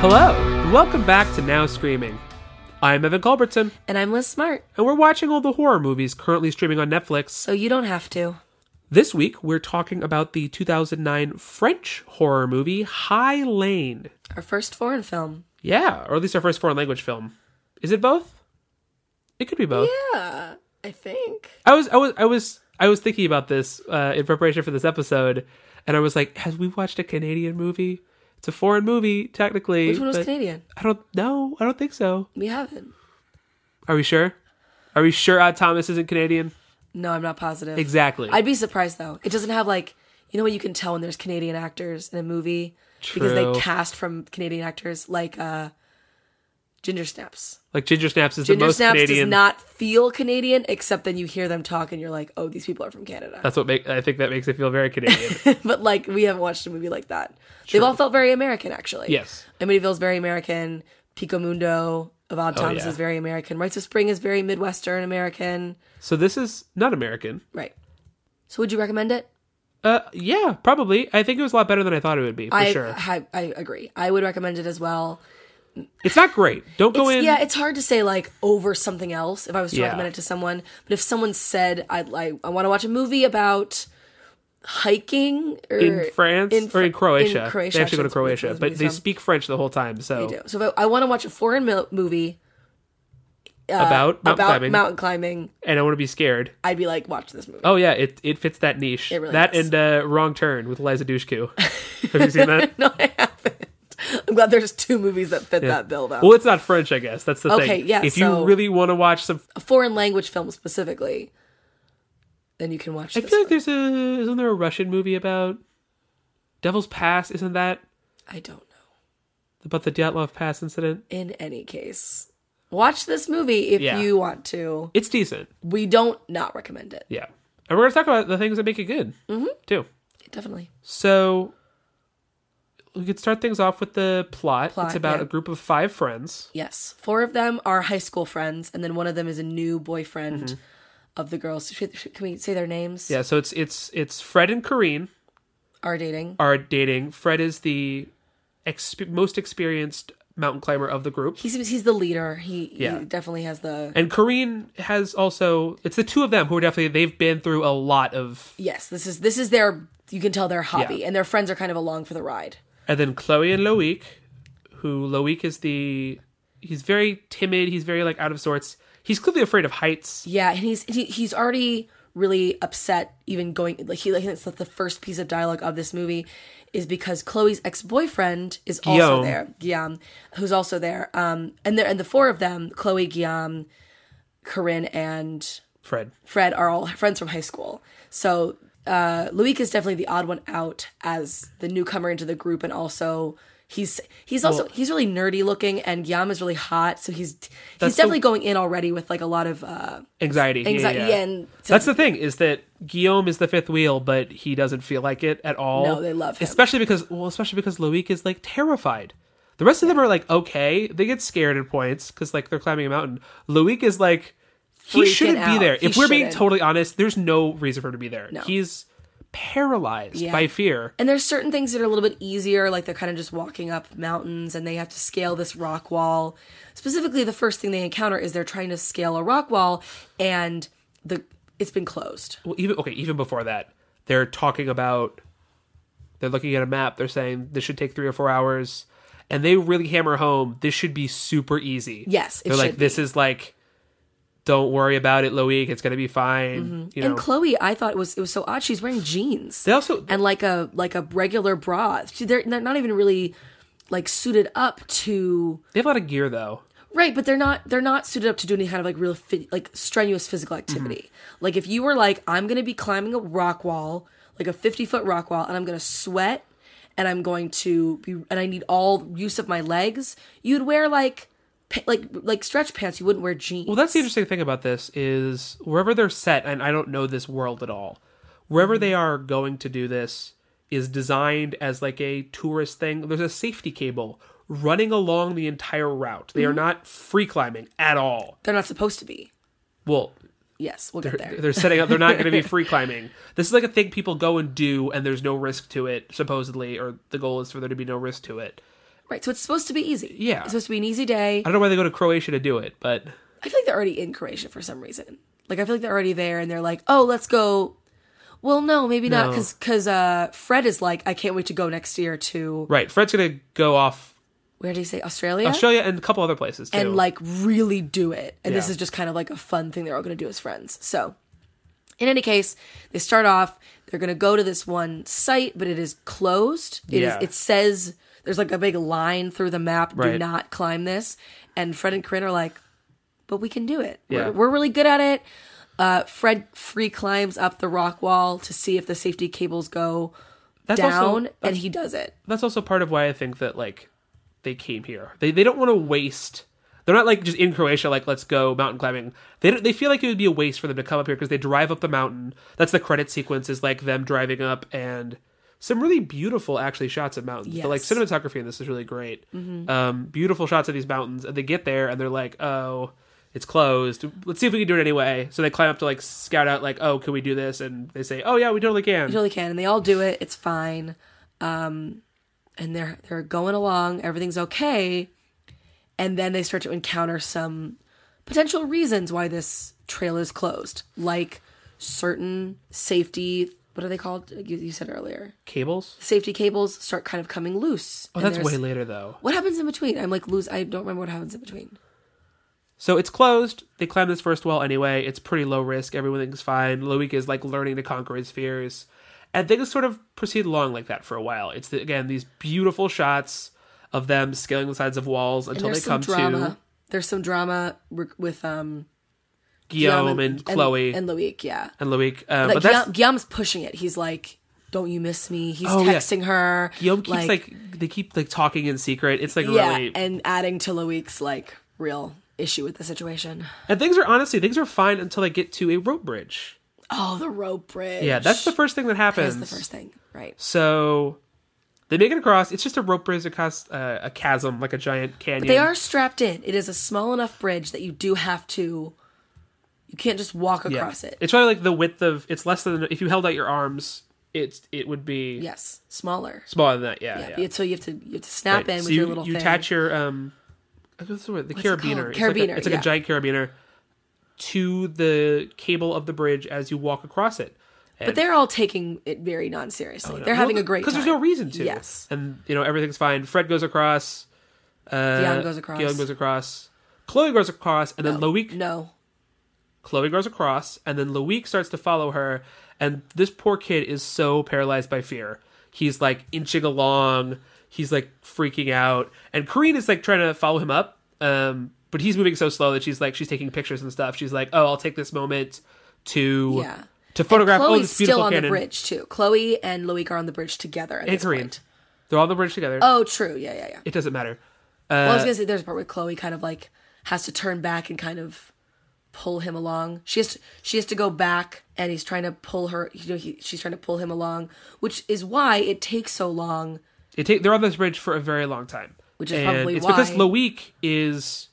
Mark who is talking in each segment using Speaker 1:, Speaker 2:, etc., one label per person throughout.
Speaker 1: Hello, and welcome back to Now Screaming. I'm Evan Culbertson,
Speaker 2: And I'm Liz Smart,
Speaker 1: and we're watching all the horror movies currently streaming on Netflix.
Speaker 2: so you don't have to.
Speaker 1: This week, we're talking about the 2009 French horror movie High Lane.
Speaker 2: Our first foreign film.
Speaker 1: Yeah, or at least our first foreign language film. Is it both? It could be both.
Speaker 2: Yeah, I think.
Speaker 1: I was I was I was I was thinking about this uh, in preparation for this episode, and I was like, "Has we watched a Canadian movie? It's a foreign movie, technically.
Speaker 2: Which one was
Speaker 1: but
Speaker 2: Canadian?
Speaker 1: I don't know. I don't think so.
Speaker 2: We haven't.
Speaker 1: Are we sure? Are we sure Odd Thomas isn't Canadian?
Speaker 2: No, I'm not positive.
Speaker 1: Exactly.
Speaker 2: I'd be sursurprised though. It doesn't have like you know what you can tell when there's Canadian actors in a movie because
Speaker 1: True.
Speaker 2: they cast from Canadian actors like uh Ginger Snaps.
Speaker 1: like Ginger Snaps is the
Speaker 2: Ginger
Speaker 1: most
Speaker 2: Snaps
Speaker 1: Canadian.
Speaker 2: does not feel Canadian except then you hear them talk and you're like, "Oh, these people are from Canada."
Speaker 1: That's what make I think that makes it feel very Canadian.
Speaker 2: but like we haven't watched a movie like that. They've all felt very American actually.
Speaker 1: yes.
Speaker 2: Amityville's very American. Pico Mundo of Odd Thomas
Speaker 1: Oh, yeah.
Speaker 2: is very American. Rites of Spring is very Midwestern American.
Speaker 1: So this is not American.
Speaker 2: Right. So would you recommend it?
Speaker 1: Uh, yeah, probably. I think it was a lot better than I thought it would be for
Speaker 2: I,
Speaker 1: sure.
Speaker 2: I I agree. I would recommend it as well.
Speaker 1: It's not great. Don't go in.
Speaker 2: yeah, it's hard to say like over something else if I was to
Speaker 1: Yeah.
Speaker 2: recommend it to someone. But if someone said I'd like I want to watch a movie about hiking or
Speaker 1: in France
Speaker 2: er, Fr-
Speaker 1: or in Croatia. they have to go
Speaker 2: actually,
Speaker 1: to
Speaker 2: that's where the
Speaker 1: Croatia, but
Speaker 2: movie's
Speaker 1: they
Speaker 2: from.
Speaker 1: speak French the whole time. So
Speaker 2: do. So if I, I want to watch a foreign mil- movie
Speaker 1: about mountain
Speaker 2: Uh, about
Speaker 1: climbing,
Speaker 2: mountain climbing,
Speaker 1: and I want to be scared.
Speaker 2: I'd be like, watch this movie.
Speaker 1: Oh yeah, it it fits that niche.
Speaker 2: It really
Speaker 1: that
Speaker 2: does.
Speaker 1: and uh, Wrong Turn with Liza Dushku. have you seen that?
Speaker 2: No, I haven't. I'm glad there's two movies that fit that bill though.
Speaker 1: Well, it's not French, I guess. That's the
Speaker 2: Oh. Okay,
Speaker 1: thing.
Speaker 2: yeah,
Speaker 1: If
Speaker 2: so-
Speaker 1: you really want to watch some,
Speaker 2: a foreign language film specifically, then you can watch
Speaker 1: I
Speaker 2: this.
Speaker 1: feel like
Speaker 2: one.
Speaker 1: there's a isn't there a Russian movie about Devil's Pass? Isn't that
Speaker 2: I don't know.
Speaker 1: about the Dyatlov Pass incident?
Speaker 2: In any case, watch this movie if
Speaker 1: Yeah.
Speaker 2: you want to.
Speaker 1: It's decent.
Speaker 2: We don't not recommend it.
Speaker 1: Yeah, and we're gonna talk about the things that make it good
Speaker 2: Mm-hmm.
Speaker 1: too.
Speaker 2: Definitely.
Speaker 1: So we could start things off with the plot.
Speaker 2: Plot,
Speaker 1: it's about
Speaker 2: yeah.
Speaker 1: a group of five friends.
Speaker 2: Yes. Four of them are high school friends, and then one of them is a new boyfriend of the girls. Should- should- Can we say their names?
Speaker 1: Mm-hmm. Yeah, so it's it's it's Fred and Corrine
Speaker 2: Are dating.
Speaker 1: are dating. Fred is the exp- most experienced mountain climber of the group.
Speaker 2: He's, he's the leader. He,
Speaker 1: Yeah.
Speaker 2: he definitely has the.
Speaker 1: And Corrine has also it's the two of them who are definitely they've been through a lot of
Speaker 2: Yes, this is this is their. You can tell their hobby,
Speaker 1: Yeah.
Speaker 2: and their friends are kind of along for the ride.
Speaker 1: and then Chloe and Loic, who Loic is the he's very timid, he's very like out of sorts. He's clearly afraid of heights.
Speaker 2: Yeah, and he's he, he's already really upset even going like he like that's the first piece of dialogue of this movie is because Chloe's ex-boyfriend is also
Speaker 1: Guillaume.
Speaker 2: there, Guillaume, who's also there. Um and there and the four of them, Chloe, Guillaume, Corinne and
Speaker 1: Fred.
Speaker 2: Fred are all friends from high school. So uh Loic is definitely the odd one out as the newcomer into the group and also He's he's also he's really nerdy looking and Guillaume is really hot so he's he's
Speaker 1: the-
Speaker 2: definitely going in already with like a lot of uh
Speaker 1: Anxiety. Yeah,
Speaker 2: anxiety
Speaker 1: yeah, yeah.
Speaker 2: and
Speaker 1: That's the thing is that Guillaume is the fifth wheel, but he doesn't feel like it at all.
Speaker 2: No, they love him.
Speaker 1: especially because well, especially because Loic is like terrified. The rest of them are like okay, they get scared at points because like they're climbing a mountain. Loic is like he
Speaker 2: Freaking
Speaker 1: shouldn't be
Speaker 2: out.
Speaker 1: there.
Speaker 2: He
Speaker 1: if we're being
Speaker 2: shouldn't.
Speaker 1: totally honest, there's no reason for him to be there. He's paralyzed
Speaker 2: Yeah.
Speaker 1: by fear.
Speaker 2: and there's certain things that are a little bit easier like they're kind of just walking up mountains and they have to scale this rock wall specifically the first thing they encounter is they're trying to scale a rock wall and the it's been closed
Speaker 1: Well, even okay, even before that, they're talking about they're looking at a map. They're saying this should take three or four hours, and they really hammer home this should be super easy.
Speaker 2: Yes, it
Speaker 1: they're like
Speaker 2: should
Speaker 1: this is like, don't worry about it, Loic. It's gonna be fine. You know,
Speaker 2: Mm-hmm. and chloe i thought it was it was so odd she's wearing jeans
Speaker 1: they also
Speaker 2: and like a like a regular bra She- they're, they're not even really like suited up to
Speaker 1: they have a lot of gear though.
Speaker 2: Right, but they're not they're not suited up to do any kind of like real fi- like strenuous physical activity.
Speaker 1: Mm-hmm.
Speaker 2: Like if you were like I'm going to be climbing a rock wall, like a 50-foot rock wall and I'm going to sweat and I'm going to be and I need all use of my legs, you'd wear like pa- like like stretch pants, you wouldn't wear jeans.
Speaker 1: Well, that's the interesting thing about this is wherever they're set, and I don't know this world at all. Wherever they are going to do this is designed as like a tourist thing. There's a safety cable running along the entire route.
Speaker 2: Mm-hmm.
Speaker 1: They are not free climbing at all.
Speaker 2: they're not supposed to be.
Speaker 1: Well,
Speaker 2: Yes, we'll get there.
Speaker 1: they're setting up. They're not going to be free climbing. This is like a thing people go and do, and there's no risk to it, supposedly, or the goal is for there to be no risk to it.
Speaker 2: Right. So it's supposed to be easy.
Speaker 1: Yeah.
Speaker 2: It's supposed to be an easy day.
Speaker 1: I don't know why they go to Croatia to do it, but
Speaker 2: I feel like they're already in Croatia for some reason. Like I feel like they're already there, and they're like, "Oh, let's go." Well, no, maybe not,
Speaker 1: No.
Speaker 2: because because uh, Fred is like, "I can't wait to go next year to
Speaker 1: right. Fred's gonna go off
Speaker 2: where did he say Australia?"
Speaker 1: Australia and a couple other places too.
Speaker 2: and like really do it. And this
Speaker 1: Yeah.
Speaker 2: is just kind of like a fun thing they're all going to do as friends. So, in any case, they start off. They're going to go to this one site, but it is closed. It is.
Speaker 1: Yeah.
Speaker 2: It says there's like a big line through the map. Do
Speaker 1: Right.
Speaker 2: not climb this. And Fred and Corinne are like, but we can do it.
Speaker 1: Yeah.
Speaker 2: We're, we're really good at it. Uh, Fred free climbs up the rock wall to see if the safety cables go
Speaker 1: that's
Speaker 2: down,
Speaker 1: Also,
Speaker 2: and he does it.
Speaker 1: that's also part of why I think that like they came here. They they don't want to waste. They're not like just in Croatia, like let's go mountain climbing. They don't, they feel like it would be a waste for them to come up here because they drive up the mountain. That's the credit sequence is like them driving up and some really beautiful actually shots of mountains. The like
Speaker 2: Yes. Mm-hmm.
Speaker 1: cinematography in this is really great. Um, beautiful shots of these mountains, and they get there and they're like, oh. It's closed. Let's see if we can do it anyway. So they climb up to like scout out, like, oh, can we do this? And they say, oh yeah, we totally can.
Speaker 2: You totally can, and they all do it. It's fine. Um, and they're they're going along. Everything's okay. And then they start to encounter some potential reasons why this trail is closed, like certain safety. What are they called? You, you said earlier,
Speaker 1: Cables.
Speaker 2: safety cables start kind of coming loose.
Speaker 1: Oh,
Speaker 2: and
Speaker 1: that's
Speaker 2: there's-
Speaker 1: way later though.
Speaker 2: What happens in between? I'm like loose. I don't remember what happens in between.
Speaker 1: So it's closed. They climb this first wall anyway. It's pretty low risk. Everything's fine. Loic is like learning to conquer his fears. And things sort of proceed along like that for a while. It's again these beautiful shots of them scaling the sides of walls until they
Speaker 2: There's some
Speaker 1: come
Speaker 2: drama.
Speaker 1: to
Speaker 2: There's some drama re- with um
Speaker 1: Guillaume, and, Chloe and,
Speaker 2: and Loic. Yeah.
Speaker 1: Loic. Uh,
Speaker 2: Like
Speaker 1: but that's
Speaker 2: Guillaume, Guillaume's pushing it. He's like, "Don't you miss me?" He's
Speaker 1: Oh, yeah.
Speaker 2: texting her.
Speaker 1: Guillaume keeps like, they keep like talking in secret. It's like
Speaker 2: yeah,
Speaker 1: really
Speaker 2: and adding to Loic's like real issue with the situation.
Speaker 1: and things are honestly things are fine until they get to a rope bridge.
Speaker 2: Oh, the rope bridge.
Speaker 1: Yeah, that's the first thing that happens.
Speaker 2: That's the first thing, right?
Speaker 1: So they make it across. It's just a rope bridge across uh, a chasm, like a giant canyon.
Speaker 2: They are strapped in. It is a small enough bridge that you do have to. You can't just walk
Speaker 1: Yeah.
Speaker 2: across it.
Speaker 1: It's probably like the width of. It's less than if you held out your arms. It's it would be
Speaker 2: Yes, smaller.
Speaker 1: smaller than that. Yeah, yeah.
Speaker 2: Yeah, So you have to you have to snap
Speaker 1: Right.
Speaker 2: in with
Speaker 1: so
Speaker 2: your
Speaker 1: you,
Speaker 2: little.
Speaker 1: you
Speaker 2: thing.
Speaker 1: attach your um, I guess the, word, the
Speaker 2: it called?
Speaker 1: carabiner.
Speaker 2: Carabiner,
Speaker 1: It's like, a, it's like
Speaker 2: yeah.
Speaker 1: a giant carabiner to the cable of the bridge as you walk across it. Oh,
Speaker 2: But they're all taking it very non seriously. They're having a great time
Speaker 1: because there's no reason to.
Speaker 2: Yes.
Speaker 1: and you know everything's fine. Fred goes across. Uh,
Speaker 2: Guillaume goes across.
Speaker 1: Guillaume goes across. Chloe goes across, and then Loic
Speaker 2: No.
Speaker 1: Chloe goes across, and then Loic starts to follow her, and this poor kid is so paralyzed by fear. He's like inching along, he's like freaking out, and Corinne is like trying to follow him up, um, but he's moving so slow that she's like she's taking pictures and stuff. She's like, "Oh, I'll take this moment to
Speaker 2: Yeah.
Speaker 1: to photograph oh
Speaker 2: Chloe's
Speaker 1: this
Speaker 2: still
Speaker 1: beautiful
Speaker 2: on the
Speaker 1: cannon."
Speaker 2: bridge too. Chloe and Loic are on the bridge together at
Speaker 1: And
Speaker 2: this
Speaker 1: Corinne.
Speaker 2: point.
Speaker 1: They're all on the bridge together.
Speaker 2: Oh, true. Yeah, yeah, yeah.
Speaker 1: It doesn't matter.
Speaker 2: well, I
Speaker 1: Uh,
Speaker 2: was gonna say there's a part where Chloe kind of like has to turn back and kind of pull him along. She has to, she has to go back, and he's trying to pull her. You know, he, she's trying to pull him along, which is why it takes so long.
Speaker 1: It take, they're on this bridge for a very long time,
Speaker 2: Which is
Speaker 1: And
Speaker 2: probably
Speaker 1: it's because
Speaker 2: why-
Speaker 1: Loic is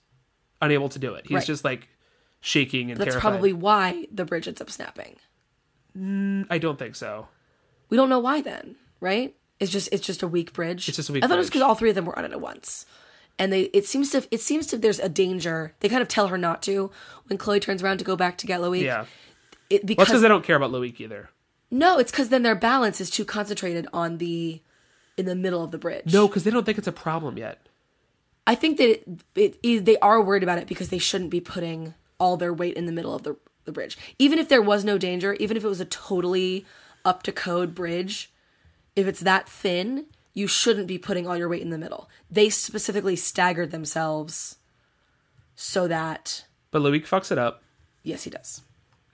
Speaker 1: unable to do it. He's
Speaker 2: Right.
Speaker 1: just like shaking and
Speaker 2: That's
Speaker 1: terrified.
Speaker 2: probably why the bridge ends up snapping.
Speaker 1: I don't think so.
Speaker 2: We don't know why then, right? It's just it's just a weak bridge. It's
Speaker 1: just a weak
Speaker 2: I thought it was
Speaker 1: bridge.
Speaker 2: because all three of them were on it at once, and they it seems to it seems to there's a danger. They kind of tell her not to when Chloe turns around to go back to get Loic.
Speaker 1: Yeah.
Speaker 2: it,
Speaker 1: Well, that's
Speaker 2: because
Speaker 1: because they don't care about Loic either.
Speaker 2: no, it's because then their balance is too concentrated on the in the middle of the bridge.
Speaker 1: No, because they don't think it's a problem yet.
Speaker 2: I think that it, it is they are worried about it because they shouldn't be putting all their weight in the middle of the the bridge. Even if there was no danger, even if it was a totally up to code bridge, if it's that thin, you shouldn't be putting all your weight in the middle. They specifically staggered themselves so that
Speaker 1: But Loic fucks it up,
Speaker 2: yes, he does.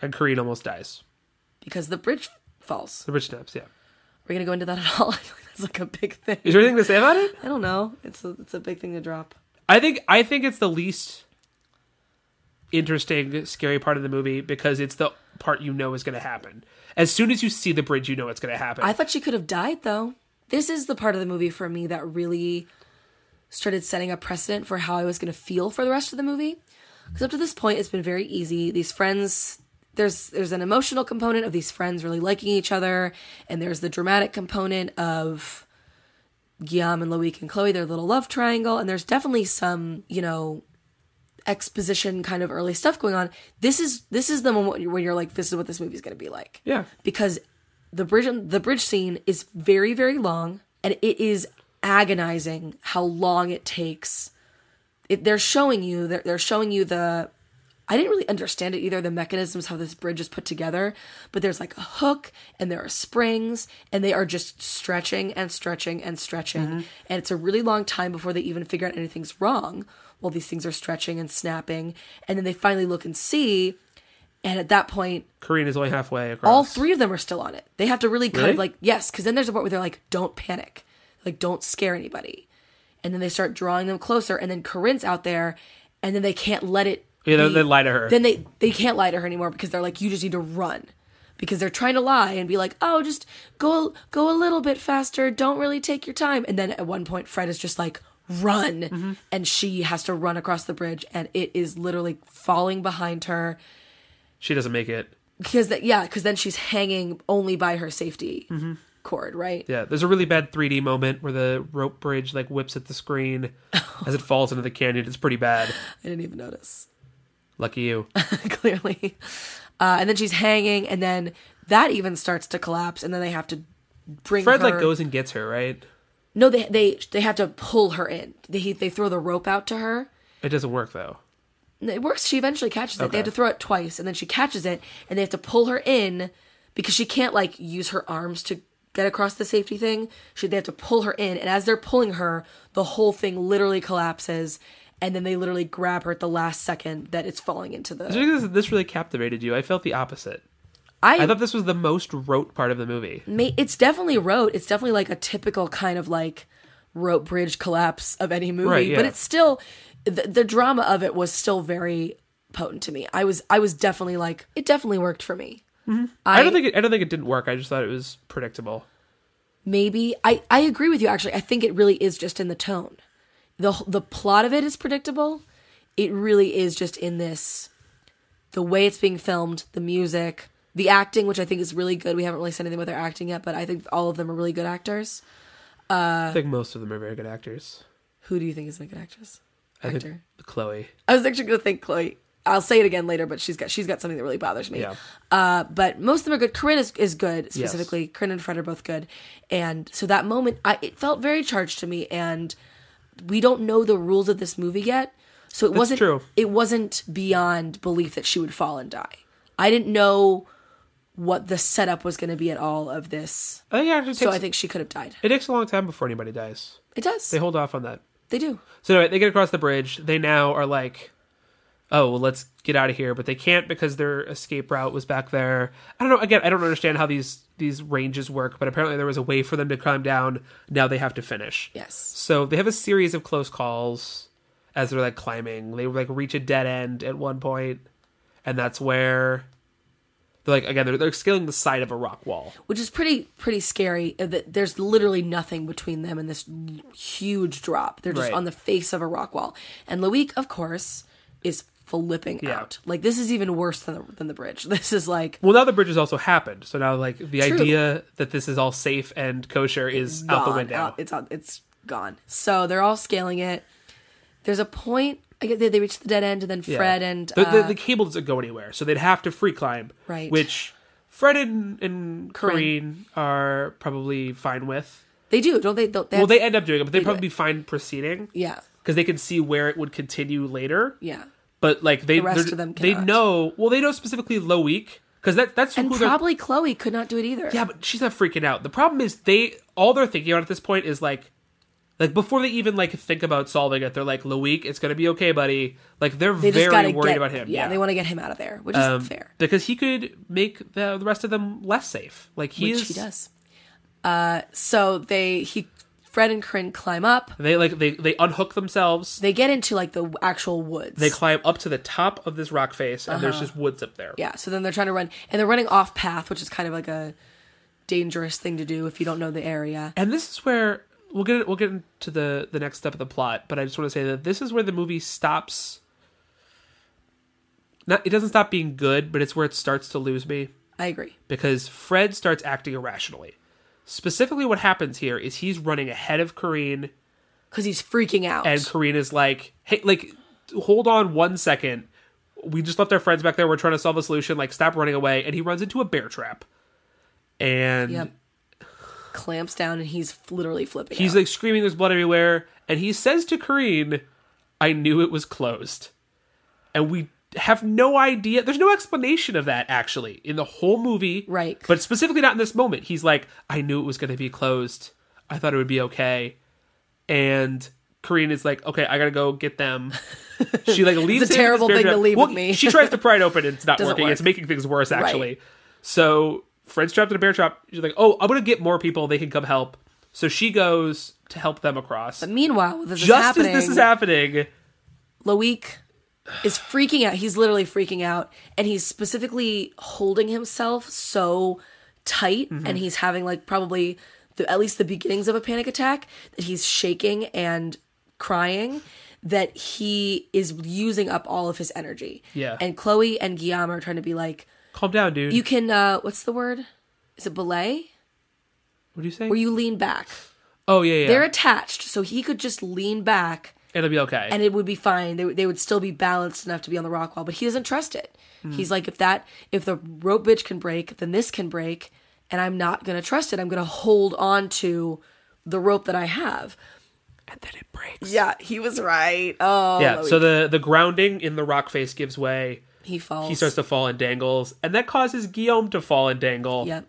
Speaker 1: and Corinne almost dies.
Speaker 2: Because the bridge falls.
Speaker 1: The bridge snaps. Yeah.
Speaker 2: We're gonna go into that at all. I feel like that's like a big thing.
Speaker 1: Is there anything to say about it?
Speaker 2: I don't know. It's a, it's a big thing to drop.
Speaker 1: I think I think it's the least interesting, scary part of the movie because it's the part you know is going to happen. As soon as you see the bridge, you know it's going to happen.
Speaker 2: I thought she could have died though. This is the part of the movie for me that really started setting a precedent for how I was going to feel for the rest of the movie. Because up to this point, it's been very easy. These friends, there's there's an emotional component of these friends really liking each other, and there's the dramatic component of Guillaume and Loic and Chloe, their little love triangle, and there's definitely some, you know, exposition kind of early stuff going on. This is this is the moment when you're, when you're like, this is what this movie's gonna be like.
Speaker 1: Yeah.
Speaker 2: Because the bridge the bridge scene is very, very long and it is agonizing how long it takes. It, they're showing you they're, they're showing you the I didn't really understand it either, the mechanisms how this bridge is put together, but there's like a hook and there are springs and they are just stretching and stretching and stretching. And it's a really long time before they even figure out anything's wrong while these things are stretching and snapping. And then they finally look and see. And at that point,
Speaker 1: Karina's only halfway across.
Speaker 2: all three of them are still on it. They have to really kind
Speaker 1: Really?
Speaker 2: of like, yes, because then there's a part where they're like, don't panic. Like, don't scare anybody. And then they start drawing them closer. And then Corinne's out there and then they can't let it.
Speaker 1: Yeah, they,
Speaker 2: be-
Speaker 1: they lie to her.
Speaker 2: then they they can't lie to her anymore because they're like you just need to run because they're trying to lie and be like oh just go go a little bit faster don't really take your time and then at one point fred is just like run
Speaker 1: Mm-hmm.
Speaker 2: and she has to run across the bridge and it is literally falling behind her
Speaker 1: she doesn't make it.
Speaker 2: because that yeah because then she's hanging only by her safety cord right
Speaker 1: Mm-hmm. Yeah, there's a really bad 3D moment where the rope bridge like whips at the screen as it falls into the canyon. It's pretty bad.
Speaker 2: i didn't even notice
Speaker 1: Lucky you.
Speaker 2: clearly. Uh, and then she's hanging, and then that even starts to collapse, and then they have to bring
Speaker 1: Fred
Speaker 2: her.
Speaker 1: like goes and gets her right.
Speaker 2: No, they they they have to pull her in. They he- they throw the rope out to her.
Speaker 1: It doesn't work though.
Speaker 2: And It works. She eventually catches it.
Speaker 1: Okay.
Speaker 2: They have to throw it twice, and then she catches it, and they have to pull her in because she can't like use her arms to get across the safety thing. She they have to pull her in, and as they're pulling her, the whole thing literally collapses, and then they literally grab her at the last second that it's falling into the.
Speaker 1: I think this, this really captivated you. I felt the opposite. I thought this was the most rote part of the movie.
Speaker 2: ma- it's definitely rote. It's definitely like a typical kind of like rope bridge collapse of any movie,
Speaker 1: Right,
Speaker 2: but
Speaker 1: yeah.
Speaker 2: it's still the, the drama of it was still very potent to me. I was I was definitely like it definitely worked for me.
Speaker 1: Mm-hmm. I, don't think it, I don't think it didn't work. I just thought it was predictable.
Speaker 2: Maybe I I agree with you actually. I think it really is just in the tone. The wh- the plot of it is predictable. It really is just in this the way it's being filmed, the music, the acting, which I think is really good. We haven't really said anything about their acting yet, but I think all of them are really good actors. Uh,
Speaker 1: I think most of them are very good actors.
Speaker 2: Who do you think is a good actress?
Speaker 1: I think
Speaker 2: Actor.
Speaker 1: Chloe.
Speaker 2: I was actually gonna think Chloe. I'll say it again later, but she's got she's got something that really bothers me.
Speaker 1: Yeah.
Speaker 2: Uh, but most of them are good. Corinne is, is good specifically. Corinne and Fred are both good, and so that moment I it felt very charged to me. And we don't know the rules of this movie yet, so it wasn't
Speaker 1: true.
Speaker 2: it wasn't beyond belief that she would fall and die. I didn't know what the setup was going to be at all of this,
Speaker 1: I think it actually takes,
Speaker 2: so I think she could have died.
Speaker 1: it takes a long time before anybody dies.
Speaker 2: It does.
Speaker 1: They hold off on that.
Speaker 2: They do.
Speaker 1: So anyway, they get across the bridge. They now are like, oh, well, let's get out of here, but they can't because their escape route was back there. I don't know. Again, I don't understand how these these ranges work, but apparently there was a way for them to climb down. Now they have to finish.
Speaker 2: Yes.
Speaker 1: So they have a series of close calls as they're like climbing. They like reach a dead end at one point, and that's where they're like again they're, they're scaling the side of a rock wall.
Speaker 2: which is pretty pretty scary uh, that there's literally nothing between them and this huge drop they're just
Speaker 1: Right.
Speaker 2: on the face of a rock wall and loic of course is flipping out like this is even worse than the, than the bridge this is like
Speaker 1: Well, now the bridge has also happened. So now like the
Speaker 2: True.
Speaker 1: idea that this is all safe and kosher is out the
Speaker 2: gone,
Speaker 1: window.
Speaker 2: out- it's out, it's gone so they're all scaling it there's a point i guess they, they reach the dead end and then
Speaker 1: Yeah.
Speaker 2: fred and
Speaker 1: the, the,
Speaker 2: uh,
Speaker 1: the cable doesn't go anywhere, so they'd have to free climb.
Speaker 2: Right.
Speaker 1: Which Fred and, and Corinne
Speaker 2: Corinne.
Speaker 1: are probably fine with.
Speaker 2: they do don't they don't they,
Speaker 1: Well,
Speaker 2: have-
Speaker 1: they end up doing it, but they'd
Speaker 2: do
Speaker 1: probably be fine proceeding
Speaker 2: yeah
Speaker 1: because they can see where it would continue later.
Speaker 2: yeah
Speaker 1: But like they,
Speaker 2: rest
Speaker 1: they're-
Speaker 2: of them
Speaker 1: they
Speaker 2: cannot.
Speaker 1: know. Well, they know specifically Loic because that that's
Speaker 2: and
Speaker 1: who they're.
Speaker 2: probably chloe could not do it either
Speaker 1: Yeah, but she's not freaking out. The problem is they all they're thinking about at this point is like like before they even like think about solving it, they're like, Loic, it's gonna be okay, buddy. Like they're
Speaker 2: they just
Speaker 1: very
Speaker 2: gotta
Speaker 1: worried
Speaker 2: get,
Speaker 1: about him.
Speaker 2: yeah, they want to get him out of there which is
Speaker 1: Um,
Speaker 2: fair
Speaker 1: because he could make the, the rest of them less safe. Like he
Speaker 2: which
Speaker 1: is,
Speaker 2: he does. Uh, so they he Fred and Corinne climb up.
Speaker 1: They like they they unhook themselves. They,
Speaker 2: They get into like the actual woods. They
Speaker 1: climb up to the top of this rock face, and there's just woods up there.
Speaker 2: Uh-huh. yeah. So then they're trying to run, and they're running off path, which is kind of like a dangerous thing to do if you don't know the area.
Speaker 1: And this is where we'll get we'll get into the the next step of the plot. But I just want to say that this is where the movie stops. Not it doesn't stop being good, but it's where it starts to lose me
Speaker 2: I agree.
Speaker 1: because Fred starts acting irrationally. Specifically, what happens here is he's running ahead of Kareen,
Speaker 2: because he's freaking out.
Speaker 1: and Kareen is like, "Hey, like, hold on one second. We just left our friends back there. We're trying to solve a solution. Like, stop running away." And he runs into a bear trap, and
Speaker 2: yep. Clamps down and he's literally flipping.
Speaker 1: he's
Speaker 2: out.
Speaker 1: like screaming, "There's blood everywhere!" And he says to Kareen, "I knew it was closed," and we have no idea. There's no explanation of that actually in the whole movie,
Speaker 2: Right.
Speaker 1: But specifically not in this moment. He's like, "I knew it was going to be closed. I thought it would be okay," and. Kareen is like, okay, I gotta go get them. She like leaves.
Speaker 2: a
Speaker 1: him in
Speaker 2: terrible
Speaker 1: this bear
Speaker 2: thing to
Speaker 1: trap.
Speaker 2: leave
Speaker 1: Well,
Speaker 2: with me.
Speaker 1: she tries to pry it open and it's not
Speaker 2: Doesn't
Speaker 1: working.
Speaker 2: work.
Speaker 1: It's making things worse actually. So Fred's trapped in a bear trap. She's like, "Oh, I'm gonna get more people. They can come help." So she goes to help them across.
Speaker 2: Meanwhile, this is
Speaker 1: Just as
Speaker 2: happening.
Speaker 1: this is happening,
Speaker 2: Loic is freaking out. He's literally freaking out. And he's specifically holding himself so tight.
Speaker 1: Mm-hmm.
Speaker 2: And he's having, like, probably the, at least the beginnings of a panic attack that he's shaking and crying that he is using up all of his energy.
Speaker 1: Yeah.
Speaker 2: And Chloe and Guillaume are trying to be like,
Speaker 1: calm down, dude.
Speaker 2: you can, uh, what's the word? Is it belay?
Speaker 1: what do you say?
Speaker 2: Where you lean back.
Speaker 1: oh yeah, yeah.
Speaker 2: They're attached. So he could just lean back
Speaker 1: It'll be okay.
Speaker 2: and it would be fine. They, they would still be balanced enough to be on the rock wall, but he doesn't trust it.
Speaker 1: Hmm.
Speaker 2: He's like, if that, if the rope bitch can break, then this can break, and I'm not gonna trust it. I'm gonna hold on to the rope that I have.
Speaker 1: and then it breaks.
Speaker 2: Yeah, he was right. Oh,
Speaker 1: Yeah. So the the grounding in the rock face gives way.
Speaker 2: he falls.
Speaker 1: He starts to fall and dangles, and that causes Guillaume to fall and dangle.
Speaker 2: Yep.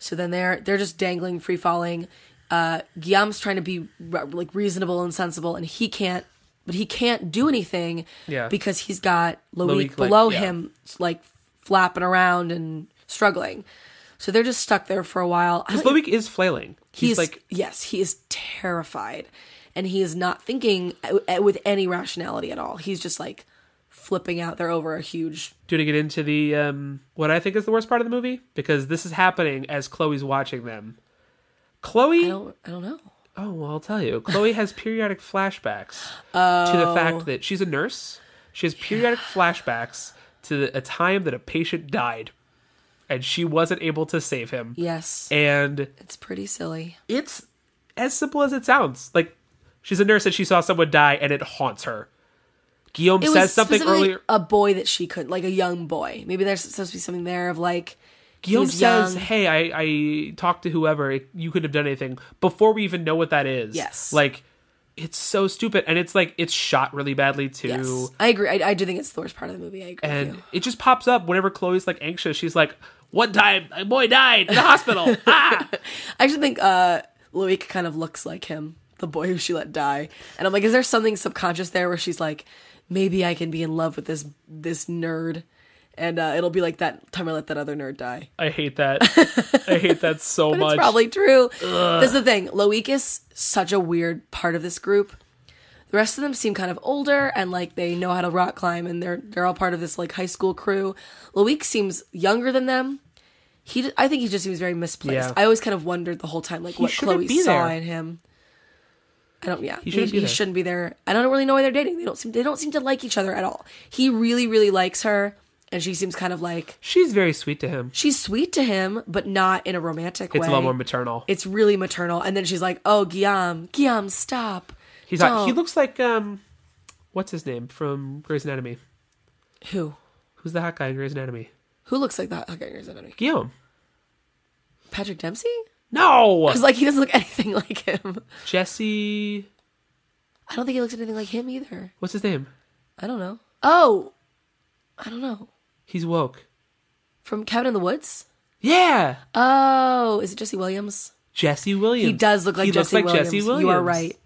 Speaker 2: So then they're they're just dangling, free falling. Uh, Guillaume's trying to be re- like reasonable and sensible, and he can't, but he can't do anything.
Speaker 1: Yeah.
Speaker 2: Because he's got Loic,
Speaker 1: Loic, like,
Speaker 2: below
Speaker 1: yeah.
Speaker 2: him, like flapping around and struggling. So they're just stuck there for a while. I don't-
Speaker 1: Loic is flailing. He's, like,
Speaker 2: yes, he is terrified, and he is not thinking uh, with any rationality at all. He's just like flipping out there over a huge
Speaker 1: doing it into the um, what I think is the worst part of the movie because this is happening as Chloe's watching them. Chloe,
Speaker 2: I don't I don't know.
Speaker 1: Oh, well, I'll tell you. Chloe has periodic flashbacks to the
Speaker 2: Oh.
Speaker 1: fact that she's a nurse. She has periodic flashbacks to the, a time that a patient died and she wasn't able to save him.
Speaker 2: Yes.
Speaker 1: And
Speaker 2: It's pretty silly.
Speaker 1: it's as simple as it sounds. Like, she's a nurse and she saw someone die and it haunts her. Guillaume
Speaker 2: it
Speaker 1: says
Speaker 2: was
Speaker 1: something
Speaker 2: specifically
Speaker 1: earlier.
Speaker 2: A boy that she couldn't, like a young boy. Maybe there's supposed to be something there of like
Speaker 1: Guillaume
Speaker 2: he's
Speaker 1: says,
Speaker 2: young.
Speaker 1: "Hey, I, I talked to whoever. You could have done anything before we even know what that is."
Speaker 2: Yes.
Speaker 1: like it's so stupid, and it's like it's shot really badly too.
Speaker 2: Yes, I agree. I, I do think it's the worst part of the movie. I agree. with
Speaker 1: and
Speaker 2: you.
Speaker 1: it just pops up whenever Chloe's like anxious. She's like, "One time, my boy died in the hospital." ah!
Speaker 2: I actually think uh, Loic kind of looks like him, the boy who she let die. And I'm like, is there something subconscious there where she's like, maybe I can be in love with this this nerd, and uh, it'll be like that time I let that other nerd die.
Speaker 1: I hate that. I hate that so
Speaker 2: It's
Speaker 1: much.
Speaker 2: probably true. That's the thing. Loic is such a weird part of this group. The rest of them seem kind of older and like they know how to rock climb and they're they're all part of this like high school crew. Loic seems younger than them. He, d- I think he just seems very misplaced.
Speaker 1: Yeah.
Speaker 2: I always kind of wondered the whole time like what
Speaker 1: shouldn't
Speaker 2: Chloe
Speaker 1: be
Speaker 2: saw
Speaker 1: there.
Speaker 2: in him. I don't. Yeah, he
Speaker 1: shouldn't be
Speaker 2: he
Speaker 1: there.
Speaker 2: shouldn't be there. I don't really know why they're dating. They don't seem they don't seem to like each other at all. He really really likes her, and she seems kind of like
Speaker 1: she's very sweet to him.
Speaker 2: she's sweet to him, but not in a romantic way
Speaker 1: It's a lot more maternal.
Speaker 2: it's really maternal. And then she's like, "Oh, Guillaume, Guillaume, stop."
Speaker 1: He's like,
Speaker 2: don't."
Speaker 1: he looks like um, what's his name from Grey's Anatomy?
Speaker 2: who?
Speaker 1: Who's the hot guy in Grey's Anatomy?
Speaker 2: Who looks like that? Okay, here's another.
Speaker 1: Guillaume.
Speaker 2: Patrick Dempsey?
Speaker 1: No,
Speaker 2: Because like he doesn't look anything like him.
Speaker 1: Jesse.
Speaker 2: I don't think he looks anything like him either.
Speaker 1: What's his name?
Speaker 2: I don't know. Oh, I don't know.
Speaker 1: He's woke.
Speaker 2: From Cabin in the Woods.
Speaker 1: Yeah,
Speaker 2: Oh, is it Jesse Williams?
Speaker 1: Jesse Williams.
Speaker 2: He does look like,
Speaker 1: He
Speaker 2: Jesse,
Speaker 1: looks like
Speaker 2: Williams.
Speaker 1: Jesse
Speaker 2: You are
Speaker 1: Williams.
Speaker 2: right.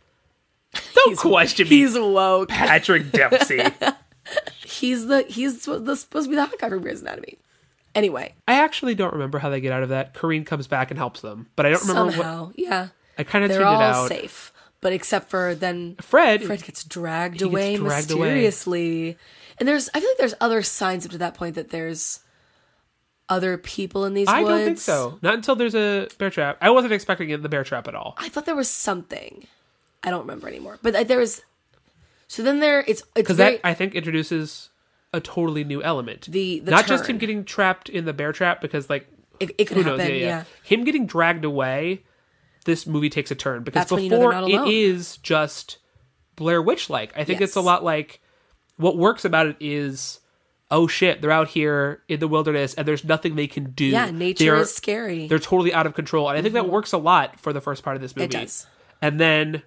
Speaker 1: Don't question me,
Speaker 2: He's woke.
Speaker 1: Patrick Dempsey. I
Speaker 2: He's the he's sw- the, supposed to be the hot guy from Grey's Anatomy. Anyway,
Speaker 1: actually don't remember how they get out of that. Kareen comes back and helps them, but I don't remember what.
Speaker 2: somehow, yeah,
Speaker 1: I kind of tuned
Speaker 2: they're
Speaker 1: it
Speaker 2: all
Speaker 1: out.
Speaker 2: safe, but except for then
Speaker 1: Fred,
Speaker 2: Fred gets dragged
Speaker 1: gets
Speaker 2: away
Speaker 1: dragged away.
Speaker 2: mysteriously. And there's I feel like there's other signs up to that point that there's other people in these
Speaker 1: I
Speaker 2: woods.
Speaker 1: don't think so. Not until there's a bear trap. I wasn't expecting it, the bear trap at all.
Speaker 2: I thought there was something. I don't remember anymore. But I- there was So then there it's it's
Speaker 1: Because
Speaker 2: very
Speaker 1: that I think introduces a totally new element.
Speaker 2: The- the
Speaker 1: not just him
Speaker 2: turn.
Speaker 1: getting trapped in the bear trap because like
Speaker 2: it, it could
Speaker 1: Who
Speaker 2: happen.
Speaker 1: knows?
Speaker 2: yeah,
Speaker 1: Him getting dragged away, this movie takes a turn because
Speaker 2: That's when you know they're
Speaker 1: before
Speaker 2: not
Speaker 1: it
Speaker 2: alone.
Speaker 1: is just Blair Witch like. I think it's a
Speaker 2: Yes.
Speaker 1: lot like what works about it is oh shit, they're out here in the wilderness and there's nothing they can do.
Speaker 2: yeah. Nature
Speaker 1: They're-
Speaker 2: is scary. Mm-hmm.
Speaker 1: They're totally out of control. And I think that works a lot for the first part of this movie.
Speaker 2: does.
Speaker 1: And then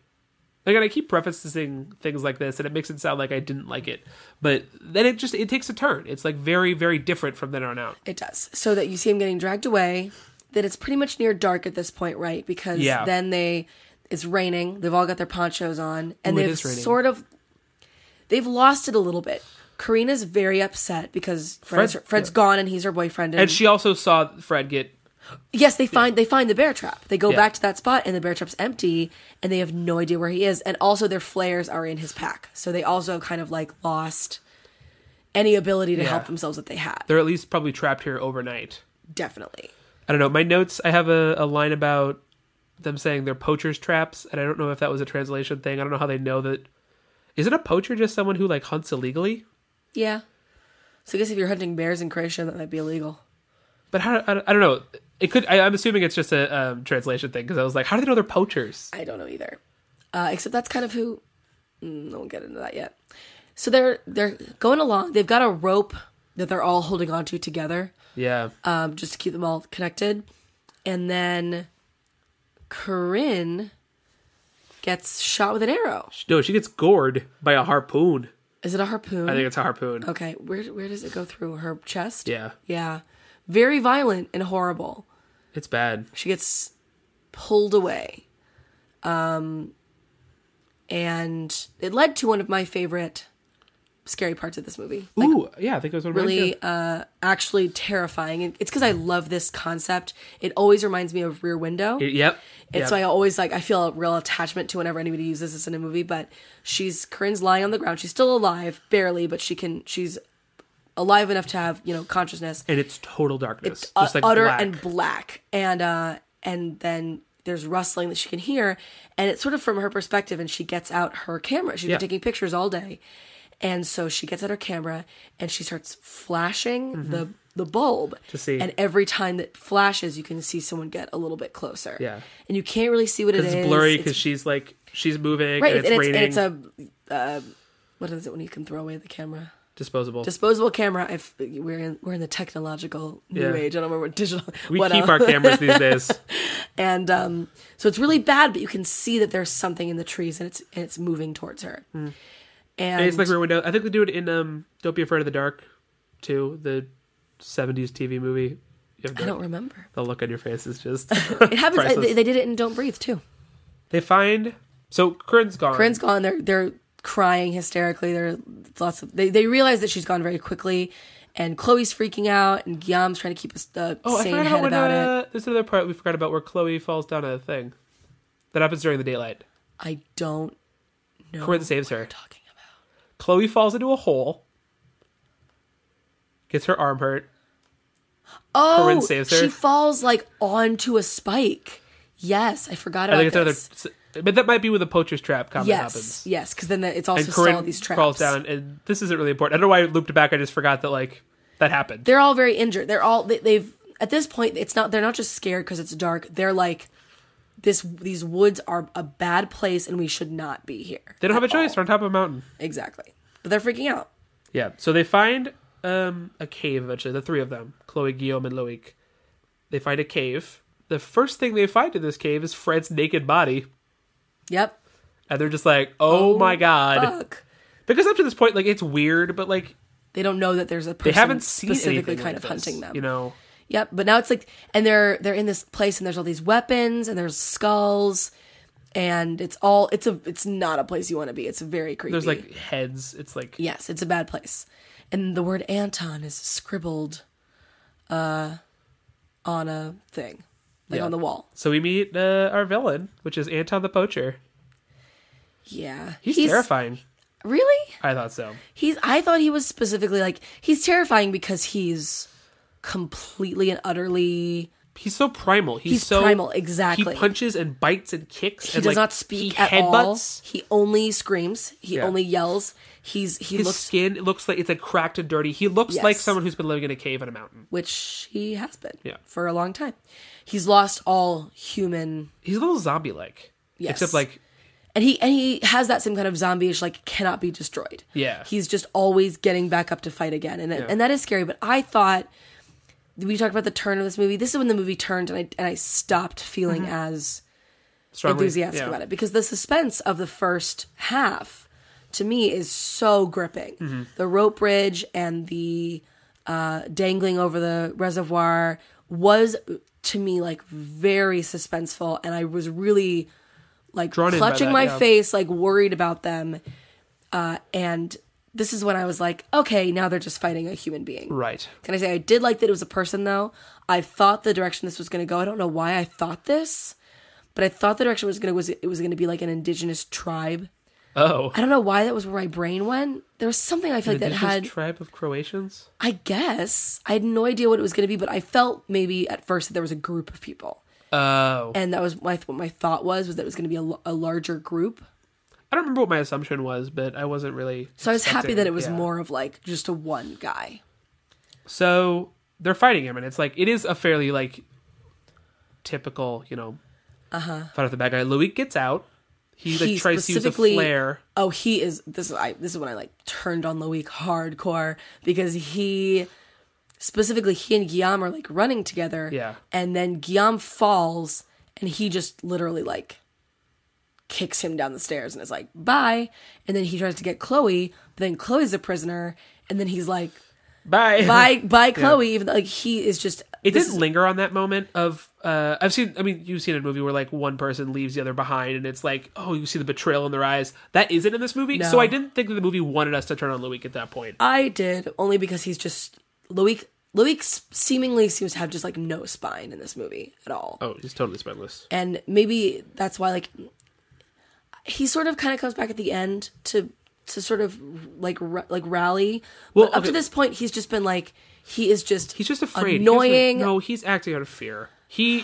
Speaker 1: again, I keep prefacing things like this and it makes it sound like I didn't like it. But then it just it takes a turn. It's like very, very different from then on out.
Speaker 2: It does. So that you see him getting dragged away. Then it's pretty much near dark at this point, right? Because
Speaker 1: Yeah.
Speaker 2: then they it's raining. They've all got their ponchos on, and
Speaker 1: Ooh, it
Speaker 2: they've
Speaker 1: is raining.
Speaker 2: sort of they've lost it a little bit. Karina's very upset because Fred's,
Speaker 1: Fred-
Speaker 2: Fred's gone and he's her boyfriend. And,
Speaker 1: And she also saw Fred get
Speaker 2: yes, they find they find the bear trap. They go
Speaker 1: Yeah.
Speaker 2: back to that spot, and the bear trap's empty, and they have no idea where he is. And also, their flares are in his pack, so they also kind of like lost any ability to
Speaker 1: Yeah.
Speaker 2: help themselves that they had.
Speaker 1: they're at least probably trapped here overnight.
Speaker 2: Definitely.
Speaker 1: I don't know. My notes, I have a, a line about them saying they're poachers' traps, and I don't know if that was a translation thing. I don't know how they know that. Is it a poacher just someone who like hunts illegally?
Speaker 2: Yeah. So I guess if you're hunting bears in Croatia, that might be illegal.
Speaker 1: But how? I, don't- I don't know. It could. I, I'm assuming it's just a um, translation thing because I was like, how do they know they're poachers?
Speaker 2: I don't know either. Uh, except that's kind of who. Mm, I won't get into that yet. So they're they're going along. They've got a rope that they're all holding onto together,
Speaker 1: Yeah.
Speaker 2: um, just to keep them all connected. And then Corinne gets shot with an arrow.
Speaker 1: no, she gets gored by a harpoon.
Speaker 2: Is it a harpoon?
Speaker 1: I think it's a harpoon.
Speaker 2: okay. Where where does it go through her chest?
Speaker 1: Yeah,
Speaker 2: Yeah. Very violent and horrible.
Speaker 1: it's bad.
Speaker 2: she gets pulled away um and it led to one of my favorite scary parts of this movie like
Speaker 1: Ooh, yeah, I think it was one of mine,
Speaker 2: really
Speaker 1: too.
Speaker 2: uh actually terrifying and it's because i love this concept it always reminds me of rear window
Speaker 1: It- Yep.
Speaker 2: and
Speaker 1: yep.
Speaker 2: so I always like I feel a real attachment to whenever anybody uses this in a movie. But she's Corinne's lying on the ground. She's still alive, barely, but she can. She's alive enough to have you know consciousness
Speaker 1: and it's total darkness,
Speaker 2: uh,
Speaker 1: just like
Speaker 2: utter
Speaker 1: black.
Speaker 2: and black and uh and then there's rustling that she can hear and it's sort of from her perspective and she gets out her camera she's
Speaker 1: Yeah.
Speaker 2: been taking pictures all day and so she gets out her camera and she starts flashing the the bulb to
Speaker 1: Mm-hmm. see.
Speaker 2: and every time that flashes you can see someone get a little bit closer
Speaker 1: Yeah.
Speaker 2: and you can't really see what it is
Speaker 1: it's blurry
Speaker 2: It's-
Speaker 1: because she's like she's moving
Speaker 2: right
Speaker 1: and it's
Speaker 2: and it's,
Speaker 1: raining.
Speaker 2: and it's a uh, what is it when you can throw away the camera
Speaker 1: disposable.
Speaker 2: disposable camera if we're in we're in the technological new
Speaker 1: Yeah.
Speaker 2: age i don't remember what digital
Speaker 1: we
Speaker 2: what uh,
Speaker 1: keep
Speaker 2: else.
Speaker 1: our cameras these days.
Speaker 2: and um, so it's really bad, but you can see that there's something in the trees, and it's and it's moving towards her. And
Speaker 1: It's like Rear Window. I think they do it in um, Don't Be Afraid of the Dark, too, the '70s TV movie. You have
Speaker 2: I
Speaker 1: no-
Speaker 2: don't remember.
Speaker 1: the look on your face is just.
Speaker 2: It happens. I,
Speaker 1: priceless.
Speaker 2: they, they did it in Don't Breathe too.
Speaker 1: they find so Corinne's gone.
Speaker 2: Corinne's gone. They're they're crying hysterically. They're lots of. They they realize that she's gone very quickly, and Chloe's freaking out, and Guillaume's trying to keep us uh,
Speaker 1: oh, I
Speaker 2: sane
Speaker 1: forgot
Speaker 2: head
Speaker 1: about when.
Speaker 2: about it.
Speaker 1: uh, There's another part we forgot about where Chloe falls down a thing. That happens during the daylight.
Speaker 2: I don't know.
Speaker 1: Corinne saves her.
Speaker 2: talking about.
Speaker 1: Chloe falls into a hole. Gets her arm hurt.
Speaker 2: Oh,
Speaker 1: Corinne saves her.
Speaker 2: she falls like onto a spike. Yes, I forgot
Speaker 1: I
Speaker 2: about
Speaker 1: think it's
Speaker 2: this.
Speaker 1: another. But that might be with the poacher's trap comment
Speaker 2: yes,
Speaker 1: happens.
Speaker 2: yes, because then the, it's also
Speaker 1: and
Speaker 2: still all
Speaker 1: Corinne
Speaker 2: these traps.
Speaker 1: crawls down, and this isn't really important. I don't know why I looped back. I just forgot that like that happened.
Speaker 2: They're all very injured. They're all they, they've at this point. It's not they're not just scared because it's dark. They're like this. These woods are a bad place, and we should not be here.
Speaker 1: They don't have a
Speaker 2: at
Speaker 1: choice.
Speaker 2: all.
Speaker 1: They're on top of a mountain.
Speaker 2: exactly. But they're freaking out.
Speaker 1: Yeah. So they find um, a cave eventually. The three of them, Chloe, Guillaume, and Loic. They find a cave. The first thing they find in this cave is Fred's naked body,
Speaker 2: Yep.
Speaker 1: and they're just like, "Oh, my god!"
Speaker 2: Fuck.
Speaker 1: Because up to this point, like it's weird, but like
Speaker 2: They don't know that there's a
Speaker 1: they
Speaker 2: person
Speaker 1: haven't seen
Speaker 2: specifically
Speaker 1: anything
Speaker 2: kind
Speaker 1: like
Speaker 2: of
Speaker 1: this,
Speaker 2: hunting them.
Speaker 1: You know,
Speaker 2: Yep, but now it's like and they're they're in this place and there's all these weapons and there's skulls and it's all it's a it's not a place you want to be. It's very creepy.
Speaker 1: there's like heads. It's like
Speaker 2: Yes, it's a bad place. And the word Anton is scribbled uh on a thing. Like
Speaker 1: Yeah.
Speaker 2: on the wall.
Speaker 1: so we meet uh, our villain, which is Anton the Poacher.
Speaker 2: Yeah.
Speaker 1: He's, terrifying.
Speaker 2: Really?
Speaker 1: I thought so.
Speaker 2: He's I thought he was specifically like he's terrifying because he's completely and utterly
Speaker 1: he's so primal. He's,
Speaker 2: He's
Speaker 1: so
Speaker 2: primal, exactly.
Speaker 1: He punches and bites and kicks.
Speaker 2: He
Speaker 1: and
Speaker 2: does
Speaker 1: like,
Speaker 2: not speak
Speaker 1: he
Speaker 2: at
Speaker 1: headbutts.
Speaker 2: all. He only screams. He
Speaker 1: Yeah.
Speaker 2: only yells. He's he
Speaker 1: His
Speaker 2: looks
Speaker 1: skin looks like it's like cracked and dirty. He looks
Speaker 2: Yes.
Speaker 1: like someone who's been living in a cave on a mountain.
Speaker 2: which he has been
Speaker 1: Yeah.
Speaker 2: for a long time. He's lost all human
Speaker 1: He's a little zombie like.
Speaker 2: Yes.
Speaker 1: Except like
Speaker 2: and he and he has that same kind of zombie-ish like cannot be destroyed.
Speaker 1: Yeah.
Speaker 2: He's just always getting back up to fight again. And and that is scary, but I thought we talked about the turn of this movie. This is when the movie turned and I and I stopped feeling as
Speaker 1: strongly
Speaker 2: enthusiastic
Speaker 1: yeah.
Speaker 2: about it because the suspense of the first half to me is so gripping.
Speaker 1: Mm-hmm.
Speaker 2: The rope bridge and the uh, dangling over the reservoir was to me like very suspenseful, and I was really like
Speaker 1: Drawn in by
Speaker 2: clutching
Speaker 1: that,
Speaker 2: my
Speaker 1: yeah.
Speaker 2: face, like worried about them. Uh, and this is when I was like, okay, now they're just fighting a human being.
Speaker 1: Right.
Speaker 2: Can I say I did like that it was a person though? I thought the direction this was going to go. I don't know why I thought this, but I thought the direction was going to was it was going to be like an indigenous tribe.
Speaker 1: Oh.
Speaker 2: I don't know why that was where my brain went. There was something I feel like that
Speaker 1: Indigenous
Speaker 2: had.
Speaker 1: tribe of Croatians?
Speaker 2: I guess I had no idea what it was going to be, but I felt maybe at first that there was a group of people,
Speaker 1: Oh.
Speaker 2: and that was my what my thought was was that it was going to be a, l- a larger group.
Speaker 1: I don't remember what my assumption was, but I wasn't really
Speaker 2: So I was happy
Speaker 1: expecting-
Speaker 2: that it was
Speaker 1: yeah.
Speaker 2: more of like just a one guy.
Speaker 1: So they're fighting him, and it's like it is a fairly like typical, you know, uh huh, fight with the bad guy. Louis gets out. He like
Speaker 2: Uh-huh. He
Speaker 1: tries to use a
Speaker 2: specifically-
Speaker 1: flare.
Speaker 2: Oh, he is. This is I. This is when I like turned on Loic hardcore because he, specifically, he and Guillaume are like running together.
Speaker 1: Yeah.
Speaker 2: And then Guillaume falls, and he just literally like kicks him down the stairs and is like, "Bye." And then he tries to get Chloe, but then Chloe's a prisoner, and then he's like,
Speaker 1: Bye.
Speaker 2: "Bye, bye, Chloe." Even though, like he is just.
Speaker 1: It
Speaker 2: this
Speaker 1: did
Speaker 2: is-
Speaker 1: linger on that moment of uh, I've seen. I mean, you've seen a movie where like one person leaves the other behind, and it's like, oh, you see the betrayal in their eyes. That isn't in this movie, so
Speaker 2: No. Uh,
Speaker 1: I didn't think that the movie wanted us to turn on Louis at that point.
Speaker 2: I did only because he's just Loic. Loic seemingly seems to have just like no spine in this movie at all.
Speaker 1: Oh, he's totally spineless.
Speaker 2: and maybe that's why like he sort of kind of comes back at the end to to sort of like ra- like rally
Speaker 1: Well,
Speaker 2: but up
Speaker 1: okay.
Speaker 2: to this point he's just been like he is just
Speaker 1: He's just afraid. He doesn't-
Speaker 2: annoying
Speaker 1: no, he's acting out of fear. He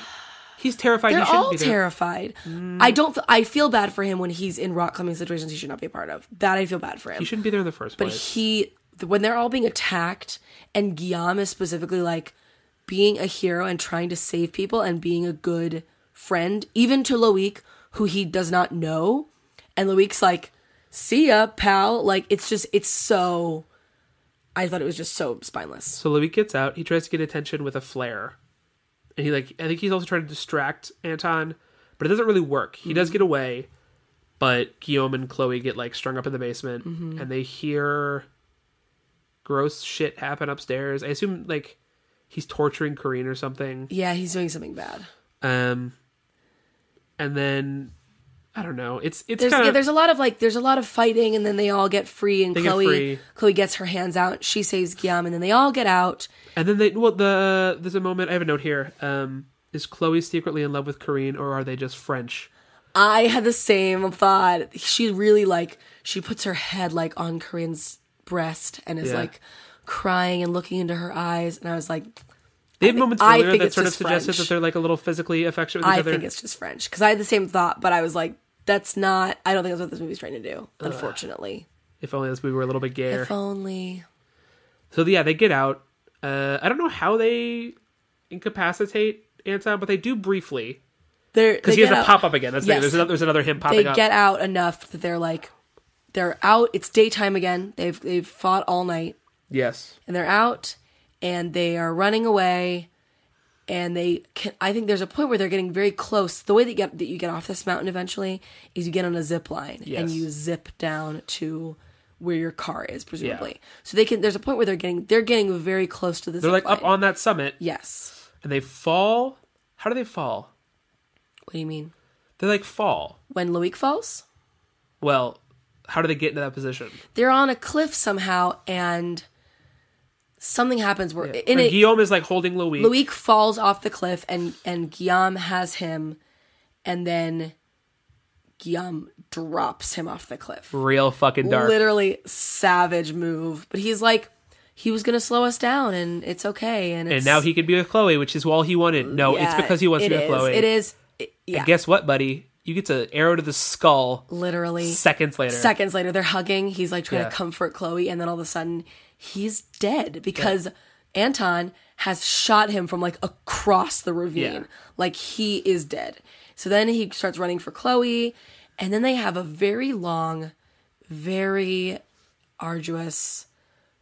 Speaker 1: he's terrified.
Speaker 2: they're
Speaker 1: he shouldn't
Speaker 2: all
Speaker 1: be there. Mm.
Speaker 2: terrified i don't f- i feel bad for him when he's in rock climbing situations he should not be a part of that i feel bad for him
Speaker 1: He shouldn't be there in the first
Speaker 2: but
Speaker 1: place.
Speaker 2: he th- when they're all being attacked and guillaume is specifically like being a hero and trying to save people and being a good friend even to loic who he does not know and loic's like see ya pal like it's just it's so i thought it was just so spineless
Speaker 1: So Louis gets out. He tries to get attention with a flare, and he like I think he's also trying to distract Anton, but it doesn't really work. He
Speaker 2: Mm-hmm.
Speaker 1: does get away, but Guillaume and Chloe get like strung up in the basement,
Speaker 2: Mm-hmm.
Speaker 1: and they hear gross shit happen upstairs. I assume like he's torturing Corinne or something.
Speaker 2: yeah he's doing something bad
Speaker 1: Um, and then I don't know. It's it's
Speaker 2: there's
Speaker 1: kind
Speaker 2: yeah,
Speaker 1: of
Speaker 2: there's a lot of like there's a lot of fighting and then they all get free and
Speaker 1: get
Speaker 2: chloe
Speaker 1: free.
Speaker 2: chloe gets her hands out she saves guillaume and then they all get out
Speaker 1: And then they well the there's a moment I have a note here. Um, is Chloe secretly in love with Corinne or are they just French?
Speaker 2: I had the same thought. She really like she puts her head like on Corinne's breast and is
Speaker 1: Yeah.
Speaker 2: like crying and looking into her eyes, and I was like,
Speaker 1: They had moments
Speaker 2: I
Speaker 1: earlier
Speaker 2: think
Speaker 1: that
Speaker 2: it's
Speaker 1: sort of
Speaker 2: just
Speaker 1: suggested that
Speaker 2: French.
Speaker 1: they're like a little physically affectionate with each
Speaker 2: I
Speaker 1: other.
Speaker 2: think it's just French because I had the same thought, but I was like, that's not. I don't think that's what this movie's trying to do. Unfortunately,
Speaker 1: if only this movie were a little bit gayer.
Speaker 2: if only.
Speaker 1: so yeah, they get out. Uh, I don't know how they incapacitate Anton, but they do briefly
Speaker 2: They're
Speaker 1: because
Speaker 2: because
Speaker 1: he has to pop up again. That's the thing.
Speaker 2: Yes.
Speaker 1: There's another, there's another him
Speaker 2: They
Speaker 1: popping up.
Speaker 2: get out enough that they're like, they're out. It's daytime again. They've they've fought all night.
Speaker 1: yes,
Speaker 2: and they're out and they are running away and they can i think there's a point where they're getting very close the way that you get that you get off this mountain eventually is you get on a zip line and
Speaker 1: Yes.
Speaker 2: you zip down to where your car is presumably so they can there's a point where they're getting they're getting very close to this
Speaker 1: they're like up on that summit
Speaker 2: yes
Speaker 1: and they fall. How do they fall?
Speaker 2: what do you mean
Speaker 1: They like fall.
Speaker 2: when loic falls
Speaker 1: Well, how do they get into that position?
Speaker 2: they're on a cliff somehow and something happens where in
Speaker 1: And
Speaker 2: it
Speaker 1: Guillaume is like holding Louis.
Speaker 2: Loic falls off the cliff and and Guillaume has him and then Guillaume drops him off the cliff.
Speaker 1: Real fucking dark.
Speaker 2: Literally savage move. But he's like he was going to slow us down and it's okay. And, it's,
Speaker 1: And now he could be with Chloe, which is all he wanted. No, it's
Speaker 2: yeah,
Speaker 1: because he wants to
Speaker 2: it
Speaker 1: be with
Speaker 2: is.
Speaker 1: Chloe.
Speaker 2: It is. it- yeah.
Speaker 1: And guess what, buddy? You get to arrow to the skull
Speaker 2: literally.
Speaker 1: seconds later.
Speaker 2: Seconds later, they're hugging. He's like trying
Speaker 1: Yeah.
Speaker 2: to comfort Chloe, and then all of a sudden, he's dead because Anton has shot him from like across the ravine.
Speaker 1: Yeah.
Speaker 2: Like he is dead. So then he starts running for Chloe, and then they have a very long, very arduous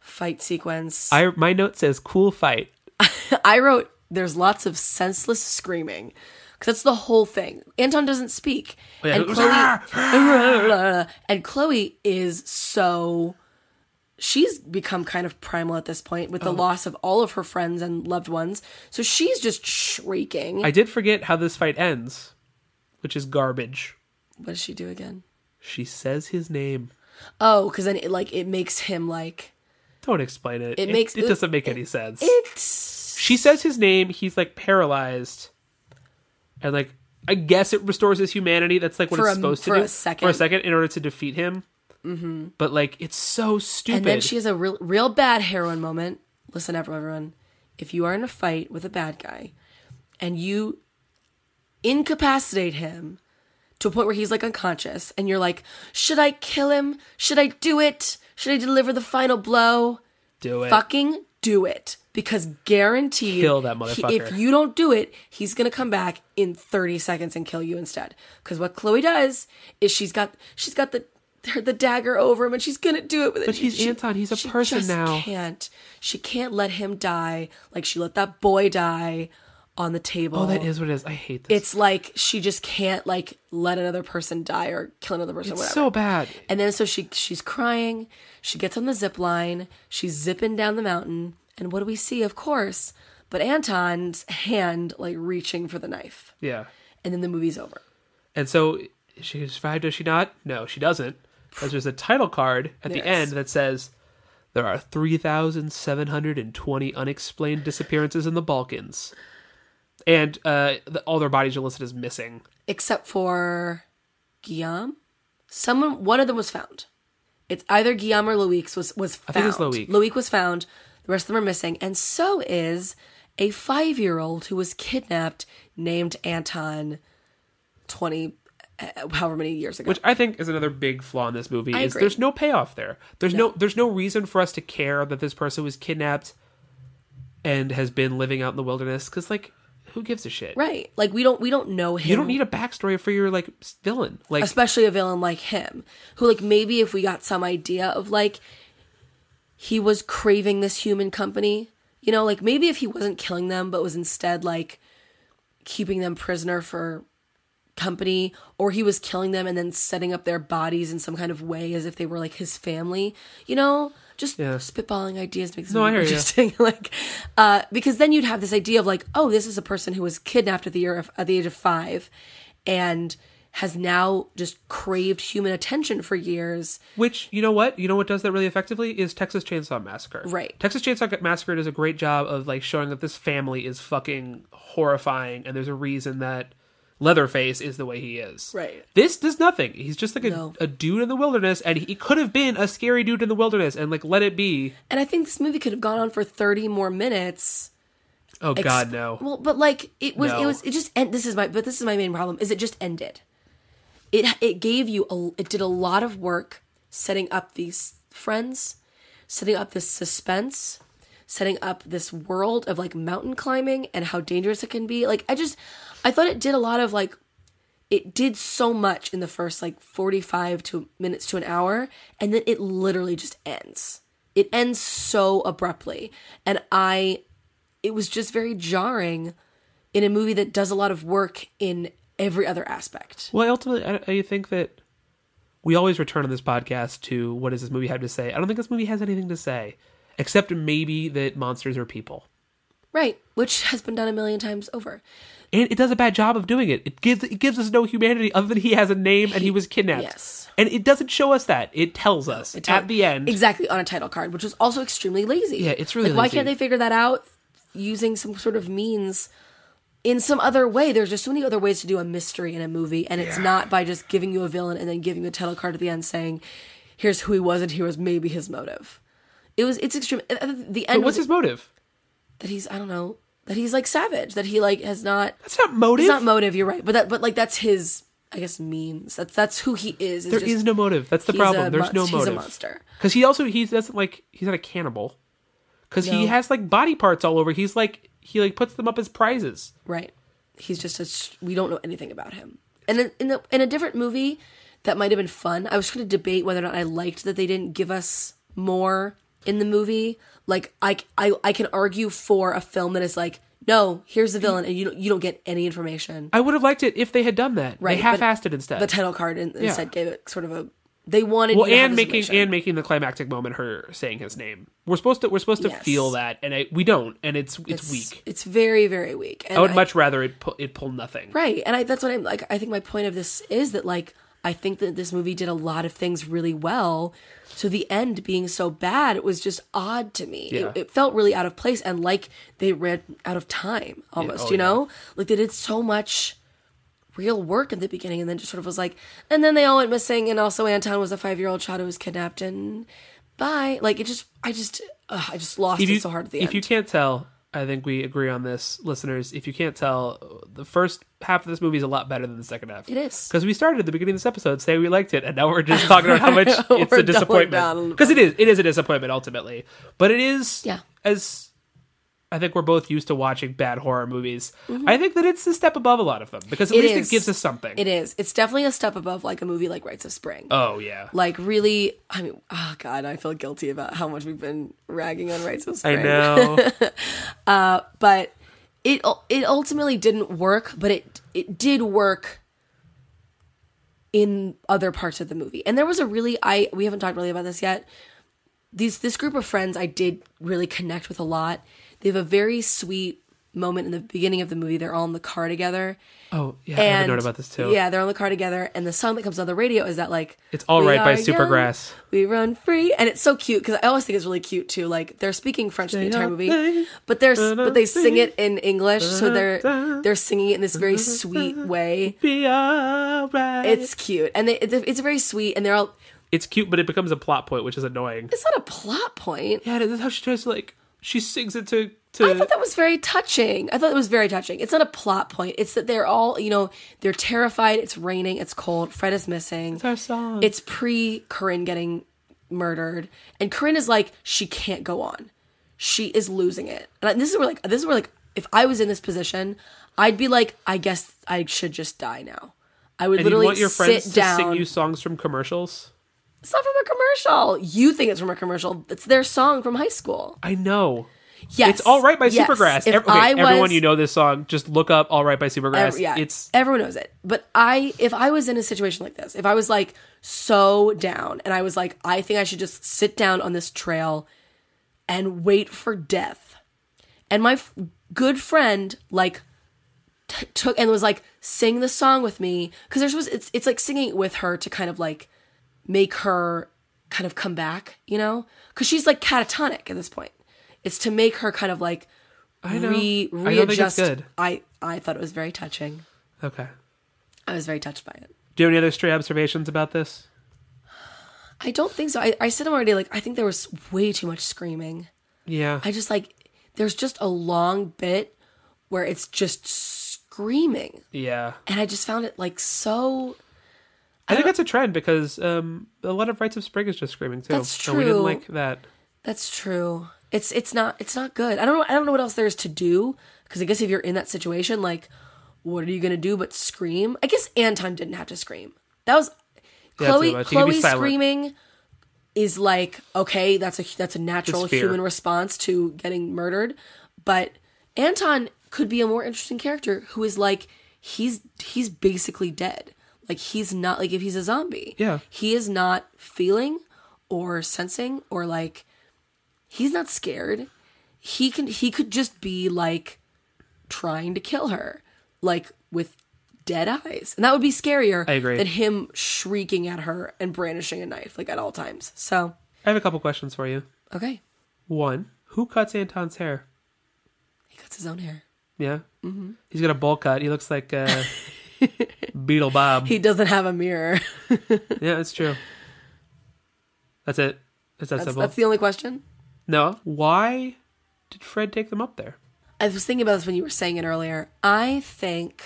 Speaker 2: fight sequence.
Speaker 1: I my note says cool fight.
Speaker 2: I wrote there's lots of senseless screaming because that's the whole thing. Anton doesn't speak,
Speaker 1: Oh, yeah,
Speaker 2: and
Speaker 1: it was, "Ah,
Speaker 2: Chloe and Chloe is so she's become kind of primal at this point
Speaker 1: Uh-huh.
Speaker 2: with the loss of all of her friends and loved ones. So she's just shrieking.
Speaker 1: I did forget how this fight ends, which is garbage.
Speaker 2: what does she do again?
Speaker 1: She says his name.
Speaker 2: Oh, because then it like it makes him like
Speaker 1: Don't explain it.
Speaker 2: It makes-
Speaker 1: it doesn't make any sense.
Speaker 2: it's
Speaker 1: she says his name. He's like paralyzed, and like I guess it restores his humanity. That's like what
Speaker 2: For
Speaker 1: it's
Speaker 2: a-
Speaker 1: supposed to
Speaker 2: for
Speaker 1: do
Speaker 2: a second.
Speaker 1: for a second in order to defeat him. Mm-hmm. But like it's so stupid.
Speaker 2: And then she has a real, real bad heroin moment. Listen up, everyone. If you are in a fight with a bad guy and you incapacitate him to a point where he's like unconscious and you're like, should I kill him? Should I do it? Should I deliver the final blow?
Speaker 1: do it.
Speaker 2: Fucking do it. Because guaranteed,
Speaker 1: Kill that
Speaker 2: he-
Speaker 1: motherfucker.
Speaker 2: if you don't do it, he's gonna come back in 30 seconds and kill you instead. Because what Chloe does is she's got she's got the her- the dagger over him and she's gonna do it with
Speaker 1: But he's Anton. He's a person
Speaker 2: just
Speaker 1: now.
Speaker 2: Can't she can't let him die like she let that boy die on the table.
Speaker 1: Oh, that is what it is. I hate this.
Speaker 2: It's like she just can't like let another person die or kill another person.
Speaker 1: It's
Speaker 2: whatever.
Speaker 1: so bad.
Speaker 2: And then so she she's crying. She gets on the zip line. She's zipping down the mountain. And what do we see? Of course, but Anton's hand like reaching for the knife.
Speaker 1: Yeah.
Speaker 2: And then the movie's over.
Speaker 1: And so she survived, does she not? No, she doesn't. Because there's a title card at the
Speaker 2: There is.
Speaker 1: end that says there are 3,720 unexplained disappearances in the Balkans. And uh, the, all their bodies are listed as missing.
Speaker 2: except for Guillaume. Someone, one of them was found. It's either Guillaume or Loic was was found.
Speaker 1: think it's Loic.
Speaker 2: was found. The rest of them are missing, and so is a five year old who was kidnapped named Anton. Twenty, uh, however many years ago.
Speaker 1: Which I think is another big flaw in this movie.
Speaker 2: I
Speaker 1: is
Speaker 2: agree.
Speaker 1: there's no payoff there. There's no. there's no reason for us to care that this person was kidnapped and has been living out in the wilderness. Because like, who gives a shit?
Speaker 2: right, like we don't we don't know him.
Speaker 1: You don't need a backstory for your like s- villain. Like
Speaker 2: especially a villain like him who like maybe if we got some idea of like he was craving this human company you know like maybe if he wasn't killing them but was instead like keeping them prisoner for company or he was killing them and then setting up their bodies in some kind of way as if they were like his family you know just
Speaker 1: Yeah.
Speaker 2: spitballing ideas makes
Speaker 1: No, I
Speaker 2: it
Speaker 1: hear ya.
Speaker 2: interesting like uh because then you'd have this idea of like oh this is a person who was kidnapped at the year of, at the age of 5 and has now just craved human attention for years
Speaker 1: Which you know what you know what does that really effectively is Texas Chainsaw Massacre.
Speaker 2: Right.
Speaker 1: Texas Chainsaw Massacre does a great job of like showing that this family is fucking horrifying, and there's a reason that Leatherface is the way he is.
Speaker 2: Right.
Speaker 1: This does nothing. He's just like a,
Speaker 2: No.
Speaker 1: a dude in the wilderness, and he could have been a scary dude in the wilderness, and like let it be.
Speaker 2: and i think this movie could have gone on for 30 more minutes
Speaker 1: Oh
Speaker 2: Ex-
Speaker 1: God, no.
Speaker 2: Well, but like it was, it
Speaker 1: No.
Speaker 2: was, it just. And this is my, but this is my main problem: is it just ended? It it gave you a, it did a lot of work setting up these friends, setting up this suspense, setting up this world of like mountain climbing and how dangerous it can be. Like I just, I thought it did a lot of like. It did so much in the first like 45 to minutes to an hour and then it literally just ends. It ends so abruptly and I it was just very jarring in a movie that does a lot of work in every other aspect.
Speaker 1: Well, ultimately, I, I think that we always return on this podcast to what does this movie have to say. I don't think this movie has anything to say, except maybe that monsters are people.
Speaker 2: Right, which has been done a million times over.
Speaker 1: and it does a bad job of doing it. It gives it gives us no humanity other than he has a name and he was kidnapped.
Speaker 2: yes.
Speaker 1: and it doesn't show us that. It tells us at the end.
Speaker 2: Exactly, on a title card, which was also extremely lazy.
Speaker 1: Yeah, it's really
Speaker 2: like, why
Speaker 1: lazy.
Speaker 2: can't they figure that out using some sort of means in some other way? There's just so many other ways to do a mystery in a movie, and it's not by just giving you a villain and then giving you a title card at the end saying, here's who he was and here's maybe his motive. It was it's extreme. and, uh, The
Speaker 1: But
Speaker 2: end was
Speaker 1: what's his motive?
Speaker 2: that he's I don't know that he's like savage that he like has not
Speaker 1: That's not motive.
Speaker 2: it's not motive. You're right, but that but like that's his I guess means that's that's who he is.
Speaker 1: There is no motive. That's the
Speaker 2: he's a
Speaker 1: problem. There's no
Speaker 2: monst-
Speaker 1: motive.
Speaker 2: he's a monster.
Speaker 1: Because he also he doesn't like he's not a cannibal. Because he
Speaker 2: No.
Speaker 1: has like body parts all over. He's like he like puts them up as prizes.
Speaker 2: Right. He's just a. s- We don't know anything about him. And in, in, the, in a different movie, that might have been fun. I was going to debate whether or not I liked that they didn't give us more in the movie. Like I, c- I, I can argue for a film that is like, no, here's the villain, and you don't, you don't get any information.
Speaker 1: I would have liked it if they had done that.
Speaker 2: Right,
Speaker 1: They
Speaker 2: but
Speaker 1: half-assed it instead.
Speaker 2: The title card in, instead gave it sort of a. They wanted
Speaker 1: well,
Speaker 2: you to have
Speaker 1: and
Speaker 2: this
Speaker 1: making
Speaker 2: information.
Speaker 1: and making the climactic moment her saying his name. We're supposed to we're supposed to
Speaker 2: Yes.
Speaker 1: feel that, and I, we don't. And it's it's,
Speaker 2: It's-
Speaker 1: weak.
Speaker 2: It's very very weak. And
Speaker 1: I would
Speaker 2: I-
Speaker 1: much rather it pull, it pull nothing.
Speaker 2: Right. And I, that's what I'm like. I think my point of this is that, like, I think that this movie did a lot of things really well. So the end being so bad, it was just odd to me.
Speaker 1: Yeah.
Speaker 2: It, it felt really out of place and like they ran out of time almost,
Speaker 1: oh,
Speaker 2: you know? Like they did so much real work at the beginning and then just sort of was like, and then they all went missing. And also, Anton was a five year old child who was kidnapped and bye. Like it just, I just, ugh, I just lost
Speaker 1: you,
Speaker 2: it so hard at the
Speaker 1: if
Speaker 2: end.
Speaker 1: you can't tell, I think we agree on this, listeners. If you can't tell, the first half of this movie is a lot better than the second half.
Speaker 2: It is.
Speaker 1: because we started at the beginning of this episode saying we liked it, and now we're just talking about how much
Speaker 2: We're
Speaker 1: it's a
Speaker 2: doubling down on
Speaker 1: disappointment.
Speaker 2: the-
Speaker 1: Because it is, it is a disappointment ultimately. But it is,
Speaker 2: Yeah.
Speaker 1: As I think we're both used to watching bad horror movies. I think that it's a step above a lot of them because at
Speaker 2: Mm-hmm. It
Speaker 1: least
Speaker 2: is.
Speaker 1: it gives us something.
Speaker 2: it is. It's definitely a step above like a movie like Rites of Spring.
Speaker 1: Oh yeah,
Speaker 2: like really i mean oh god i feel guilty about how much we've been ragging on rights of
Speaker 1: I
Speaker 2: spring
Speaker 1: know.
Speaker 2: but it ul- it ultimately didn't work but it it did work in other parts of the movie and there was a really i we haven't talked really about this yet these this group of friends i did really connect with a lot they have a very sweet moment in the beginning of the movie they're all in the car together
Speaker 1: oh yeah, I have a note about this too.
Speaker 2: yeah, they're on the car together, and the song that comes on the radio is that like
Speaker 1: It's All
Speaker 2: "We
Speaker 1: Right by
Speaker 2: are
Speaker 1: Supergrass."
Speaker 2: young, we run free, and it's so cute because I always think it's really cute too. Like they're speaking French the entire
Speaker 1: are
Speaker 2: movie,
Speaker 1: free.
Speaker 2: but they're but they sing it in English, so they're they're singing it in this very sweet way.
Speaker 1: Be alright.
Speaker 2: It's cute, and they, it's it's very sweet, and they're all.
Speaker 1: it's cute, but it becomes a plot point, which is annoying.
Speaker 2: It's not a plot point.
Speaker 1: Yeah, that's how she tries to like. She sings it to
Speaker 2: I
Speaker 1: to.
Speaker 2: thought that was very touching. I thought it was very touching. It's not a plot point. It's that they're all, you know, they're terrified. It's raining. It's cold. Fred is missing. It's
Speaker 1: our song.
Speaker 2: It's pre Corinne getting murdered, and Corinne is like, she can't go on. She is losing it. And I- this is where like this is where like if I was in this position, I'd be like, I guess I should just die now. I would
Speaker 1: And you
Speaker 2: literally
Speaker 1: want your friends
Speaker 2: sit
Speaker 1: to
Speaker 2: down.
Speaker 1: sing you songs from commercials?
Speaker 2: It's not from a commercial. You think it's from a commercial. It's their song from high school.
Speaker 1: I know.
Speaker 2: Yes.
Speaker 1: It's All Right by
Speaker 2: Yes.
Speaker 1: Supergrass.
Speaker 2: If
Speaker 1: Ev- okay,
Speaker 2: I
Speaker 1: everyone
Speaker 2: was-
Speaker 1: you know this song, just look up All Right by Supergrass.
Speaker 2: Ev- yeah,
Speaker 1: It's
Speaker 2: everyone knows it. But I, if I was in a situation like this, if I was like so down, and I was like, I think I should just sit down on this trail and wait for death, and my f- good friend like t- took and was like, sing the song with me, because there's was it's it's like singing it with her to kind of like make her kind of come back, you know, because she's like catatonic at this point. It's to make her kind of like.
Speaker 1: know.
Speaker 2: Re-
Speaker 1: I don't think it's
Speaker 2: readjust.
Speaker 1: good.
Speaker 2: I I thought it was very touching.
Speaker 1: okay.
Speaker 2: I was very touched by it.
Speaker 1: Do you have any other stray observations about this?
Speaker 2: I don't think so. I, I said already, like, I think there was way too much screaming.
Speaker 1: Yeah.
Speaker 2: I just, like, there's just a long bit where it's just screaming.
Speaker 1: yeah.
Speaker 2: And I just found it, like, so.
Speaker 1: I, think that's a trend because um, a lot of Rites of Spring is just screaming too.
Speaker 2: That's
Speaker 1: And we didn't
Speaker 2: true.
Speaker 1: like that.
Speaker 2: That's true. It's it's not it's not good. I don't know I don't know what else there is to do because I guess if you're in that situation, like, what are you gonna do but scream? I guess Anton didn't have to scream. That was
Speaker 1: that's
Speaker 2: Chloe.
Speaker 1: about it. You can be
Speaker 2: Chloe
Speaker 1: silent.
Speaker 2: screaming is like okay. That's a that's a natural
Speaker 1: It's fear.
Speaker 2: human response to getting murdered, but Anton could be a more interesting character who is like he's he's basically dead. Like he's not like if he's a zombie.
Speaker 1: Yeah.
Speaker 2: He is not feeling or sensing or like he's not scared. He can he could just be like trying to kill her, like with dead eyes. And that would be scarier
Speaker 1: I agree.
Speaker 2: than him shrieking at her and brandishing a knife like at all times. So,
Speaker 1: I have a couple questions for you.
Speaker 2: okay.
Speaker 1: One, who cuts Anton's hair?
Speaker 2: He cuts his own hair.
Speaker 1: Yeah. Mm-hmm. He's got a bowl cut. He looks like uh, Beetle Bob.
Speaker 2: He doesn't have a mirror.
Speaker 1: Yeah, that's true. That's it. It's that
Speaker 2: That's,
Speaker 1: simple.
Speaker 2: that's the only question.
Speaker 1: Noah, why did Fred take them up there?
Speaker 2: I was thinking about this when you were saying it earlier. I think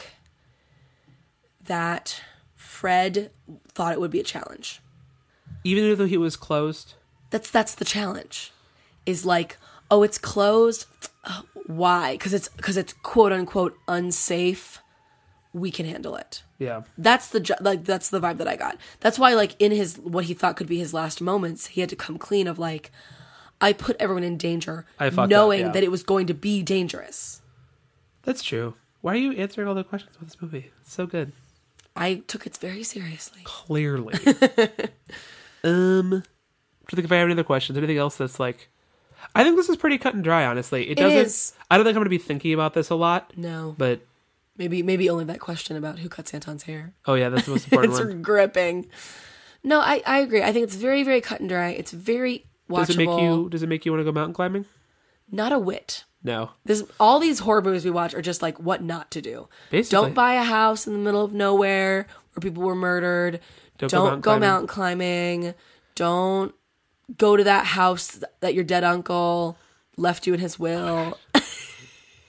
Speaker 2: that Fred thought it would be a challenge.
Speaker 1: Even though he was closed?
Speaker 2: That's that's the challenge. Is like, oh, it's closed. Ugh, Why? Cuz it's cuz it's quote unquote unsafe. We can handle it.
Speaker 1: Yeah.
Speaker 2: That's the ju- like that's the vibe that I got. That's why like in his what he thought could be his last moments, he had to come clean of like I put everyone in danger
Speaker 1: I fucked up,
Speaker 2: knowing
Speaker 1: yeah.
Speaker 2: that it was going to be dangerous.
Speaker 1: That's true. Why are you answering all the questions about this movie? It's so good.
Speaker 2: I took it very seriously.
Speaker 1: Clearly. um, I think if I have any other questions, anything else that's like, I think this is pretty cut and dry. Honestly, it doesn't.
Speaker 2: is.
Speaker 1: I don't think I'm going to be thinking about this a lot,
Speaker 2: No.
Speaker 1: but
Speaker 2: Maybe maybe only that question about who cuts Anton's hair.
Speaker 1: oh yeah, that's the most important
Speaker 2: it's
Speaker 1: one.
Speaker 2: gripping. No, I, I agree. I think it's very, very cut and dry. It's very watchable.
Speaker 1: Does it make you? Does it make you want to go mountain climbing?
Speaker 2: not a whit.
Speaker 1: No.
Speaker 2: This all these horror movies we watch are just like what not to do.
Speaker 1: Basically.
Speaker 2: Don't buy a house in the middle of nowhere where people were murdered.
Speaker 1: Don't
Speaker 2: Don't,
Speaker 1: go mountain
Speaker 2: go,
Speaker 1: climbing.
Speaker 2: mountain climbing. Don't go to that house that your dead uncle left you in his will.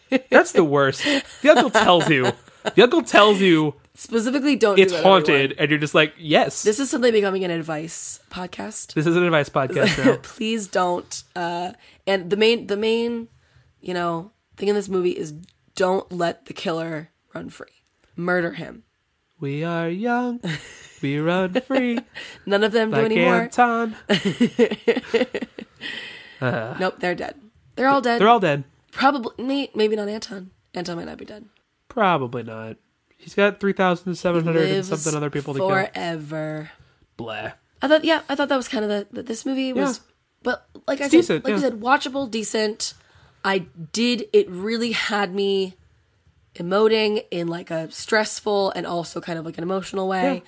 Speaker 1: That's the worst. The uncle tells you. The uncle tells you
Speaker 2: Specifically, don't. do
Speaker 1: it's
Speaker 2: that, everyone.
Speaker 1: haunted, and you're just like, yes. This,
Speaker 2: This is something becoming an advice podcast.
Speaker 1: is an advice podcast now.
Speaker 2: please don't uh and the main the main you know thing in this movie is don't let the killer run free murder him
Speaker 1: we are young. We run free
Speaker 2: none of them do
Speaker 1: like
Speaker 2: anymore
Speaker 1: Anton.
Speaker 2: nope they're dead they're all dead
Speaker 1: They're all dead.
Speaker 2: probably may- maybe not anton anton might not be dead
Speaker 1: Probably not. He's got three thousand seven hundred and something other people to kill.
Speaker 2: forever
Speaker 1: Blah.
Speaker 2: i thought yeah i thought that was kind of the that this movie was
Speaker 1: Yeah.
Speaker 2: but like i said
Speaker 1: decent,
Speaker 2: like you
Speaker 1: yeah.
Speaker 2: said watchable decent i did it really had me emoting in like a stressful and also kind of like an emotional way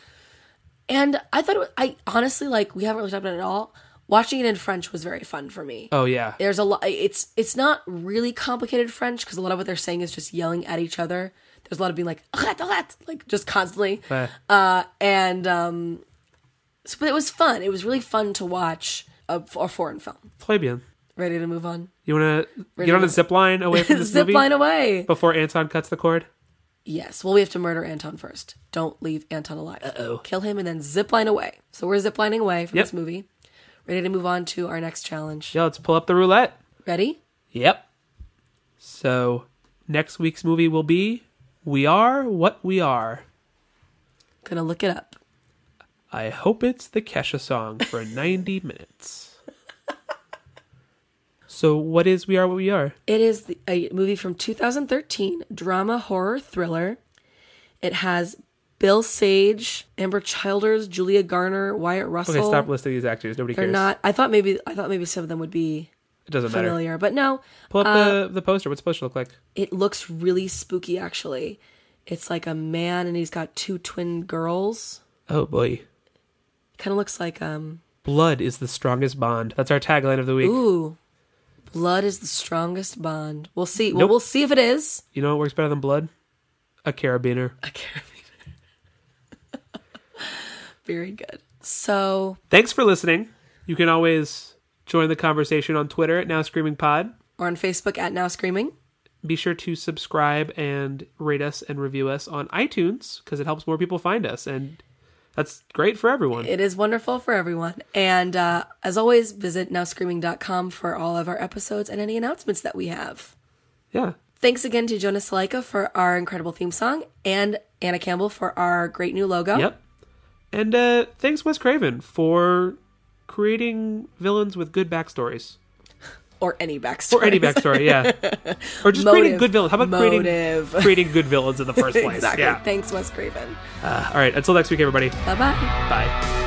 Speaker 2: And I thought it was, I honestly like we haven't really talked about it at all. Watching it in French was very fun for me.
Speaker 1: Oh yeah.
Speaker 2: There's a lot. It's it's not really complicated French because a lot of what they're saying is just yelling at each other. There's a lot of being like "Arrête, arrête," like just constantly.
Speaker 1: Blah.
Speaker 2: Uh, and um, so, but it was fun. It was really fun to watch a, a foreign film.
Speaker 1: Play bien.
Speaker 2: Ready to move on?
Speaker 1: You wanna get on a zip line away from this
Speaker 2: Zip
Speaker 1: movie
Speaker 2: line away.
Speaker 1: before Anton cuts the cord?
Speaker 2: Yes. Well, we have to murder Anton first. Don't leave Anton alive.
Speaker 1: Uh-oh.
Speaker 2: Kill him and then zipline away. So we're ziplining away from
Speaker 1: Yep.
Speaker 2: this movie. Ready to move on to our next challenge.
Speaker 1: Yeah, let's pull up the roulette.
Speaker 2: Ready?
Speaker 1: Yep. So next week's movie will be We Are What We Are.
Speaker 2: Gonna look it up.
Speaker 1: I hope it's the Kesha song for 90 minutes. So what is We Are What We Are?
Speaker 2: It is the, a movie from 2013, drama, horror, thriller. It has Bill Sage, Amber Childers, Julia Garner, Wyatt Russell.
Speaker 1: Okay, stop listing these actors. Nobody
Speaker 2: They're
Speaker 1: cares.
Speaker 2: not. I thought maybe I thought maybe some of them would be
Speaker 1: it doesn't matter.
Speaker 2: familiar, Uh, but no.
Speaker 1: Pull up the, the poster. What's the poster look like?
Speaker 2: it looks really spooky actually it's like a man and he's got two twin girls
Speaker 1: Oh boy.
Speaker 2: kind of looks like um
Speaker 1: Blood is the strongest bond. That's our tagline of the week.
Speaker 2: ooh blood is the strongest bond we'll see well,
Speaker 1: Nope.
Speaker 2: we'll see if it is
Speaker 1: You know what works better than blood? A carabiner.
Speaker 2: I can't remember. very good so
Speaker 1: Thanks for listening. You can always join the conversation on Twitter at Now Screaming Pod.
Speaker 2: or on facebook at now screaming
Speaker 1: Be sure to subscribe and rate us and review us on iTunes because it helps more people find us, and that's great for everyone.
Speaker 2: it is wonderful for everyone and uh, as always visit nowscreaming.com for all of our episodes and any announcements that we have
Speaker 1: yeah.
Speaker 2: Thanks again to Jonas Salika for our incredible theme song and Anna Campbell for our great new logo.
Speaker 1: Yep. And uh, thanks, Wes Craven, for creating villains with good backstories.
Speaker 2: Or any backstory.
Speaker 1: Or any backstory, yeah. Or just creating
Speaker 2: Motive.
Speaker 1: good villains. How about
Speaker 2: Motive.
Speaker 1: creating creating good villains in the first place?
Speaker 2: Exactly.
Speaker 1: Yeah.
Speaker 2: Thanks, Wes Craven.
Speaker 1: All right. Until next week, everybody.
Speaker 2: Bye bye.
Speaker 1: Bye.